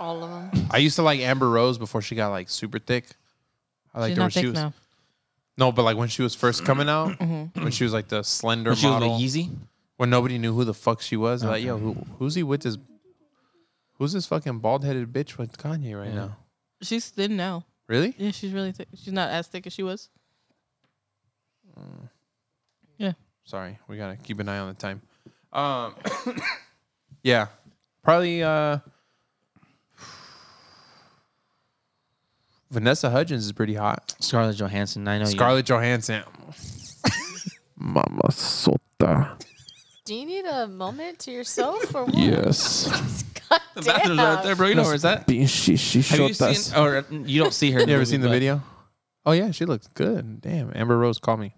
All of them. I used to like Amber Rose before she got like super thick. I liked She's her when not thick she was now. no, but like when she was first coming out, when she was like the slender When she was with model, Yeezy. when nobody knew who the fuck she was. Like, yo, who, who's he with this? Who's this fucking bald headed bitch with Kanye right now? She's thin now. Really? Yeah, she's really thick. She's not as thick as she was. Yeah. Sorry, we gotta keep an eye on the time. Um, yeah, probably uh, Vanessa Hudgens is pretty hot. Scarlett Johansson. I know Scarlett Johansson. Mama Sota. Do you need a moment to yourself or what? Yes. God you. The bathroom's Uh, right there, bro. You know where it's at. Have you seen? Or uh, you don't see her. in You ever movie, seen the but- video? Oh yeah, she looks good. Damn, Amber Rose, call me.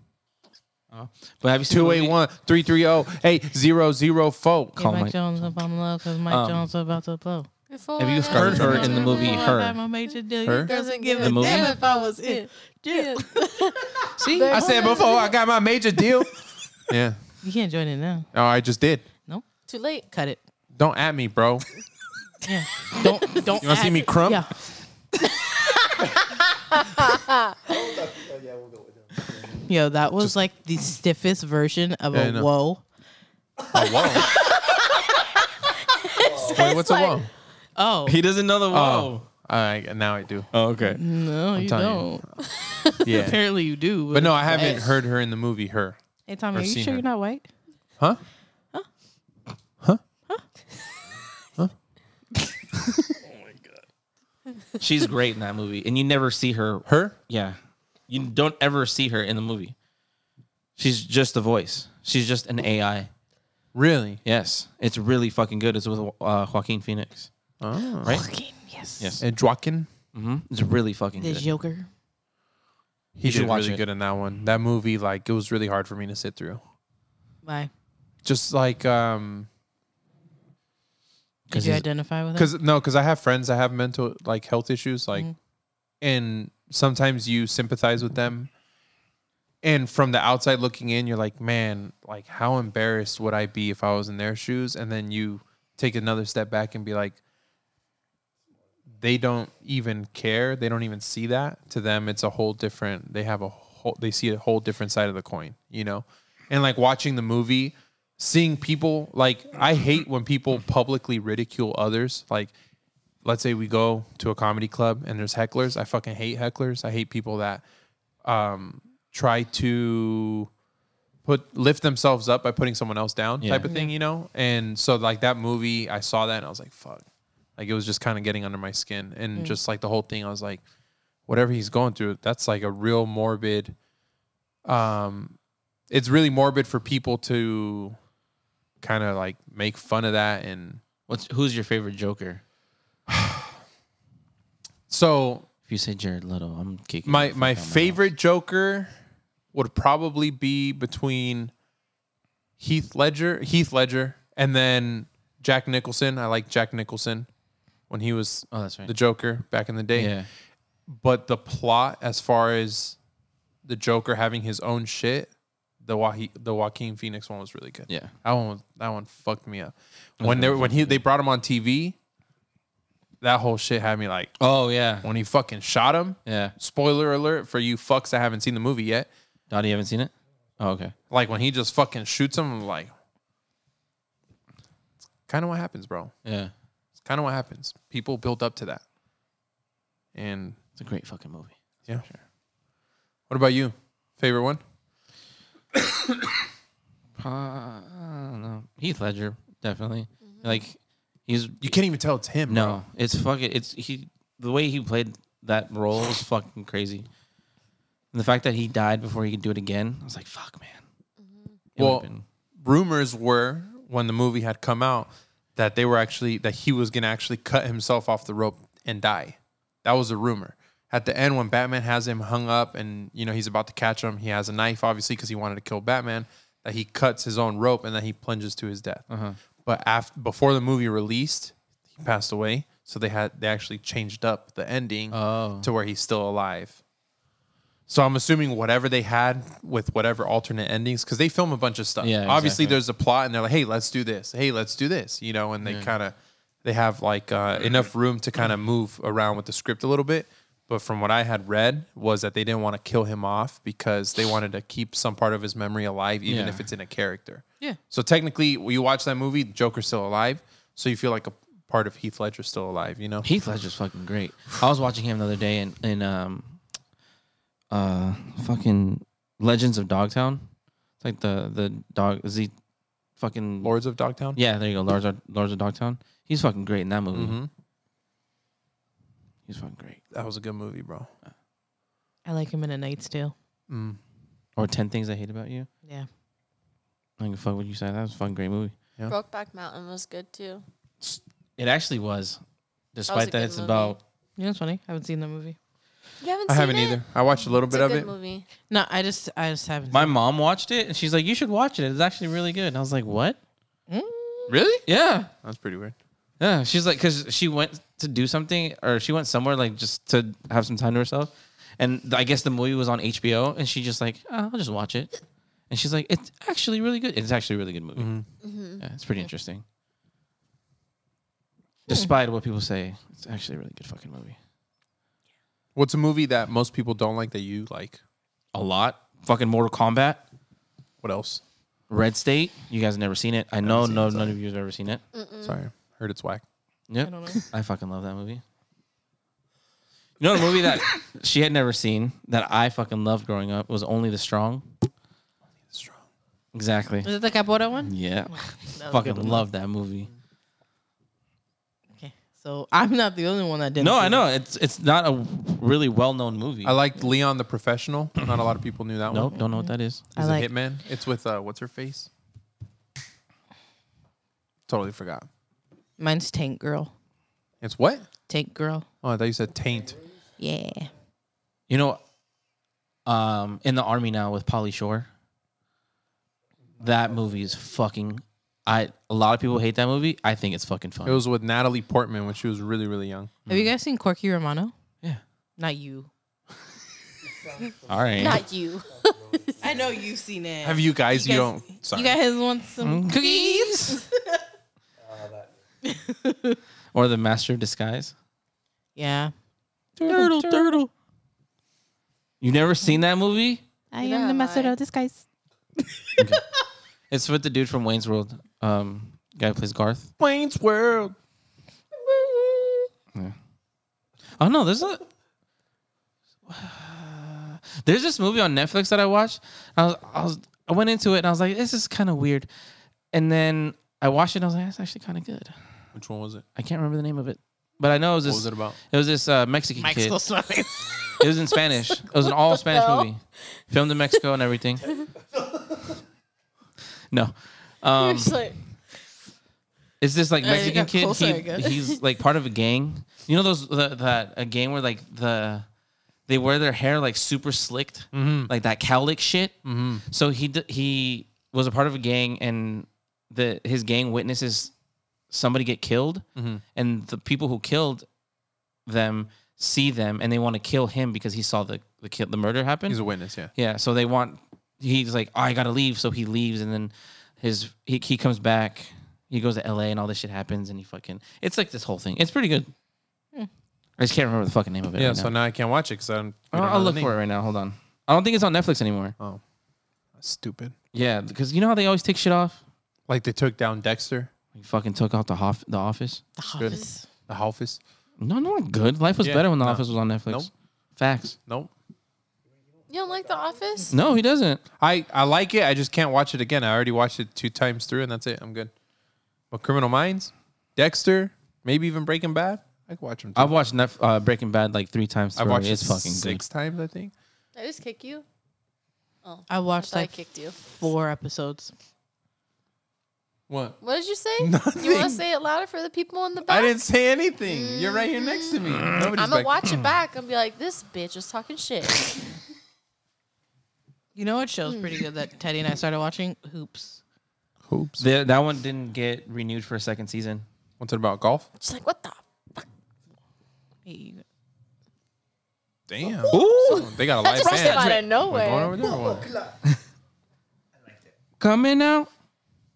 But have you seen the movie? 281-330-8004. Hey, Call Mike Mike. Jones up on low because Mike Um, Jones about to blow. Before Have you I heard was her a in the movie woman, Her? I had my major deal. Her? You doesn't give The a movie? damn if I was in. jail. See, I said before I got my major deal. yeah. You can't join it now. Oh, I just did. Too late. Cut it. Don't at me, bro. Yeah. Don't don't. You want to see me crump? Yeah. Yo, that was like the stiffest version of Yeah, I a know. whoa. A whoa. Wait, what's a whoa? Oh He doesn't know the Oh, whoa. I, now I do. Oh, okay. no, you telling don't. you. Yeah. Apparently you do. But no, I haven't heard her in the movie Her. Hey Tommy, or are you seen sure her. you're not white? Huh? She's great in that movie, and you never see her. Her? Yeah, you don't ever see her in the movie. She's just the voice. She's just an AI. Really? Yes, it's really fucking good. It's with uh, Joaquin Phoenix. Oh. Yes. Yes, And Joaquin? hmm it's really fucking There's good. yogurt. He You should did watch really it. good in that one. That movie, like, it was really hard for me to sit through. Why? Just like, um, Did 'Cause you he's- identify with it? because no, because I have friends that have mental like Mm-hmm. health issues, like, and sometimes you sympathize with them, and from the outside looking in, you're like, man, like how embarrassed would I be if I was in their shoes? And then you take another step back and be like, they don't even care. They don't even see that. To them, it's a whole different. They have a whole. They see a whole different side of the coin. You know, and like watching the movie, seeing people like I hate when people publicly ridicule others. Like, let's say we go to a comedy club and there's hecklers. I fucking hate hecklers. I hate people that um, try to put lift themselves up by putting someone else down type of thing, you know? And so like that movie, I saw that and I was like, fuck. Like it was just kind of getting under my skin. And just like the whole thing, I was like, whatever he's going through, that's like a real morbid um it's really morbid for people to kind of like make fun of that and What's who's your favorite Joker? so If you say Jared Leto, I'm kicking. my the fuck my out of house. favorite Joker would probably be between Heath Ledger, Heath Ledger, and then Jack Nicholson. I like Jack Nicholson when he was Oh, that's right. the Joker back in the day. yeah, But the plot, as far as the Joker having his own shit, the Wa- the Joaquin Phoenix one was really good. yeah. That one was, that one fucked me up. When they when he they brought him on TV, that whole shit had me like Oh yeah, when he fucking shot him. yeah. Spoiler alert for you fucks that haven't seen the movie yet. Dottie, you haven't seen it? Oh, okay. Like when he just fucking shoots him, I'm like, it's kind of what happens, bro. Yeah, It's kind of what happens. People build up to that. And it's a great fucking movie. yeah. What about you? Favorite one? Uh, I don't know. Heath Ledger definitely. Like he's You can't even tell it's him. no, it's fucking. It's he. The way he played that role was fucking crazy. And the fact that he died before he could do it again, I was like, fuck, man. It Well, would've been- Rumors were when the movie had come out that they were actually that he was gonna actually cut himself off the rope and die. That was a rumor. At the end, when Batman has him hung up and you know he's about to catch him, he has a knife obviously because he wanted to kill Batman. That he cuts his own rope and then he plunges to his death. But after before the movie released, he passed away. So they had they actually changed up the ending to where he's still alive. So I'm assuming whatever they had with whatever alternate endings, because they film a bunch of stuff. Yeah, obviously exactly. there's a plot, and they're like, "Hey, let's do this. Hey, let's do this," you know, and they kind of they have like uh, enough room to kind of move around with the script a little bit. But from what I had read was that they didn't want to kill him off because they wanted to keep some part of his memory alive, even Yeah. if it's in a character. Yeah. So technically, when you watch that movie, Joker's still alive, so you feel like a part of Heath Ledger's still alive. You know, Heath Ledger's fucking great. I was watching him the other day in in um uh fucking Legends of Dogtown. It's like the the dog is he fucking Lords of Dogtown. Yeah, there you go. Lords of, Lords of Dogtown. He's fucking great in that movie. Mhm. He's fucking great. that was a good movie, bro. I like him in A Knight's Tale. Mm. Or Ten Things I Hate About You. Yeah. I don't give a fuck what you said. That was a fucking great movie. Yeah. Brokeback Mountain was good too. It actually was, despite that, good it's movie. about You know what's funny? I haven't seen that movie. You haven't I seen haven't it? either. I watched a little It's bit a of good it. movie. No, I just I just haven't my seen mom watched it and she's like, "You should watch it. It's actually really good." And I was like, "What? it. Really? Yeah, That's pretty weird. yeah." She's like, because she went to do something or she went somewhere like just to have some time to herself, and th- I guess the movie was on HBO, and she just like, oh, "I'll just watch it," and she's like, "It's actually really good. It's actually a really good movie. Mm-hmm. Yeah, it's pretty interesting." Despite what people say, it's actually a really good fucking movie. What's a movie that most people don't like that you like? A lot. Fucking Mortal Kombat. What else? Red State. You guys have never seen it. I know no none of you have ever seen it. Mm. Sorry, heard it's whack. Yep. I, don't know. fucking love that movie. You know a movie that she had never seen that I fucking loved growing up was Only the Strong. Strong. Exactly. Is it the Capoeira Mm, one? Yeah. That was a fucking good one. love that movie. Okay. So I'm not the only one that didn't. No, see I it. know. It's it's not a really well known movie. I liked Leon the Professional. Not a lot of people knew that nope, one. don't know what that is. I He's like a hitman. It's with uh, what's her face? Totally forgot. mine's Tank Girl. It's what? Tank Girl. Oh, I thought you said Taint. Yeah. You know, um, in the army now with Polly Shore. That movie is fucking. I a lot of people hate that movie. I think it's fucking fun. It was with Natalie Portman when she was really, really young. Have you guys seen Corky Romano? yeah. Not you. All right. Not you. I know you've seen it. Have you guys? You, guys- don't. Sorry. Hmm? You guys want some cookies? or the master of disguise. Yeah. Turtle, turtle. You never seen that movie? I Neither have I. disguise. It's with the dude from Wayne's World. Um, guy who plays Garth. Wayne's World. Oh no, there's a there's this movie on Netflix that I watched. I was, I was I went into it and I was like, this is kind of weird. And then I watched it and I was like, that's actually kind of good. Which one was it? I can't remember the name of it, but I know it was this. What was it about? It was this uh, Mexican kid. It was in Spanish. It was an all Spanish movie, filmed in Mexico and everything. no, um, It's like, it's this like Yeah, you Mexican got kid. closer, he- I guess. he's like part of a gang. You know those the, that a gang where like the they wear their hair like super slicked, Mm-hmm, like that cowlick shit. So he d- he was a part of a gang, and the his gang witnesses somebody get killed, Mm-hmm. and the people who killed them see them, and they want to kill him because he saw the the kill, the murder happen. He's a witness. Yeah. Yeah, so they want. He's like, oh, I gotta leave, so he leaves, and then his he he comes back. He goes to L.A. and all this shit happens, and he fucking. It's like this whole thing. It's pretty good. I just can't remember the fucking name of it. Yeah. right So now. now I Oh, can't watch it because I'm. I'll, I'll look for it right now. Hold on. I don't think it's on Netflix anymore. Oh. Stupid. Yeah, because you know how they always take shit off. Like they took down Dexter, Like fucking took out the hof- the Office. Office. the Office. No, no, good. Life was Yeah, better when the no. Office was on Netflix. Nope. Facts. Nope. you don't like The Office? No, he doesn't. I I like it. I just can't watch it again. I already watched it two times through, and that's it. I'm good. But Criminal Minds, Dexter, maybe even Breaking Bad. I can watch them. I've watched Netf- uh, Breaking Bad like three times. I've through. watched it's it fucking six times. I think. Did I just kick you? Oh, I I watched thought I like kicked you. four episodes. What? What did you say? You want to say it louder for the people in the back? I didn't say anything. You're right here next to me. Mm. Nobody's I'm gonna back- watch it back and be like, this bitch was talking shit. You know what show's pretty good that Teddy and I started watching? Hoops. Hoops. good. The- that one didn't get renewed for a second season. What's it about? Golf. She's like, what the? Hey, you- Damn. Ooh. They got That a live just came band. out of We're going nowhere. over there. or what? Coming out.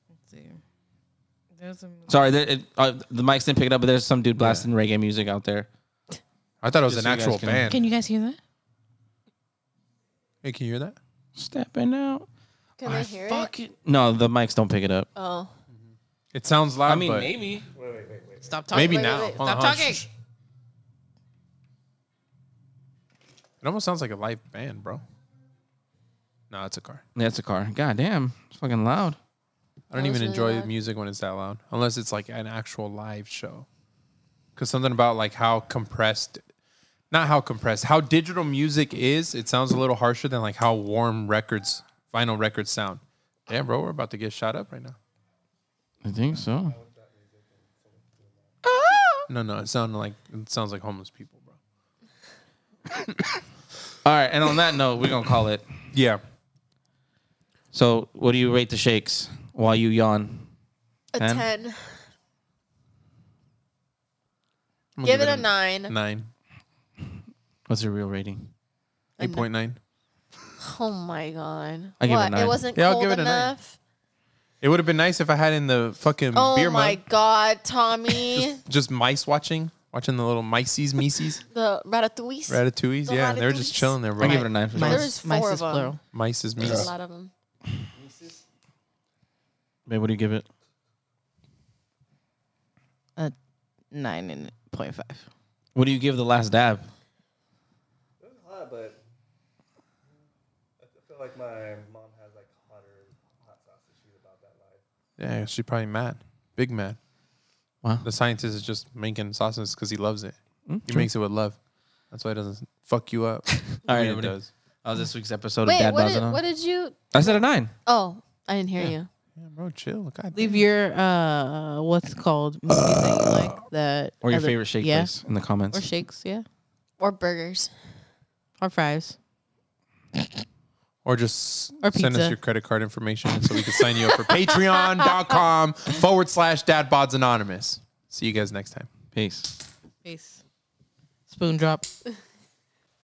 let's see. There's a Sorry, there, it, uh, the mics didn't pick it up, but there's some dude blasting reggae music out there. I thought it was Just so an you guys actual can- band. Can you guys hear that? hey, can you hear that? Stepping out. Can they hear it? Fucking no, the mics don't pick it up. Oh. It sounds loud. I mean, but maybe. Stop talking. Maybe wait, now. wait. Hold on, Stop hold on. talking. Shh, shh. It almost sounds like a live band, bro. No, it's a car. That's a car. God damn, it's fucking loud. I don't That even was really enjoy loud. music when it's that loud, unless it's like an actual live show. Because something about like how compressed, not how compressed, how digital music is, it sounds a little harsher than like how warm records, vinyl records sound. Damn, bro, we're about to get shot up right now. I think so. No, no, it sounded like it sounds like homeless people, bro. All right, and on that note, we're gonna call it. Yeah, So, what do you rate the shakes while you yawn? A Ten? 10. I'm gonna Give it a 9. nine, What's your real rating? eight point nine. Oh my God. I give it a what? nine. It wasn't Yeah, I'll cold give it a nine. enough. It would have been nice if I had in the fucking Oh Mm, beer my mug God, Tommy. just mice watching, watching the little miceies, mices, the ratatouilles. ratatouilles. The Yeah, they were just ratatouilles. chilling there, I bro. give it a nine for Mine's- sure. There's four of 'em. plural. Mices, There's a mices. lot of them. Babe, what do you give it? Nine and point five. What do you give the last dab? hot, but I feel like my mom has like hotter hot sauce that she's about that life. Yeah, she's probably mad, big mad. Wow. The scientist is just making sauces because he loves it. Hmm? he makes it with love. That's why it doesn't fuck you up. All right, When it everybody. does. That was this week's episode of Wait, Dad what Bods did, and what On. did you? I said a nine. Oh, I didn't hear you. Yeah, bro, chill. God, Leave your uh, what's called movies that you like that Or your other- favorite shake yeah. place in the comments. or shakes, yeah, Or burgers. or fries. Or just Or send us pizza. your credit card information so we can sign you up for patreon.com forward slash dadbods anonymous. See you guys next time. Peace. Peace. Spoon drop.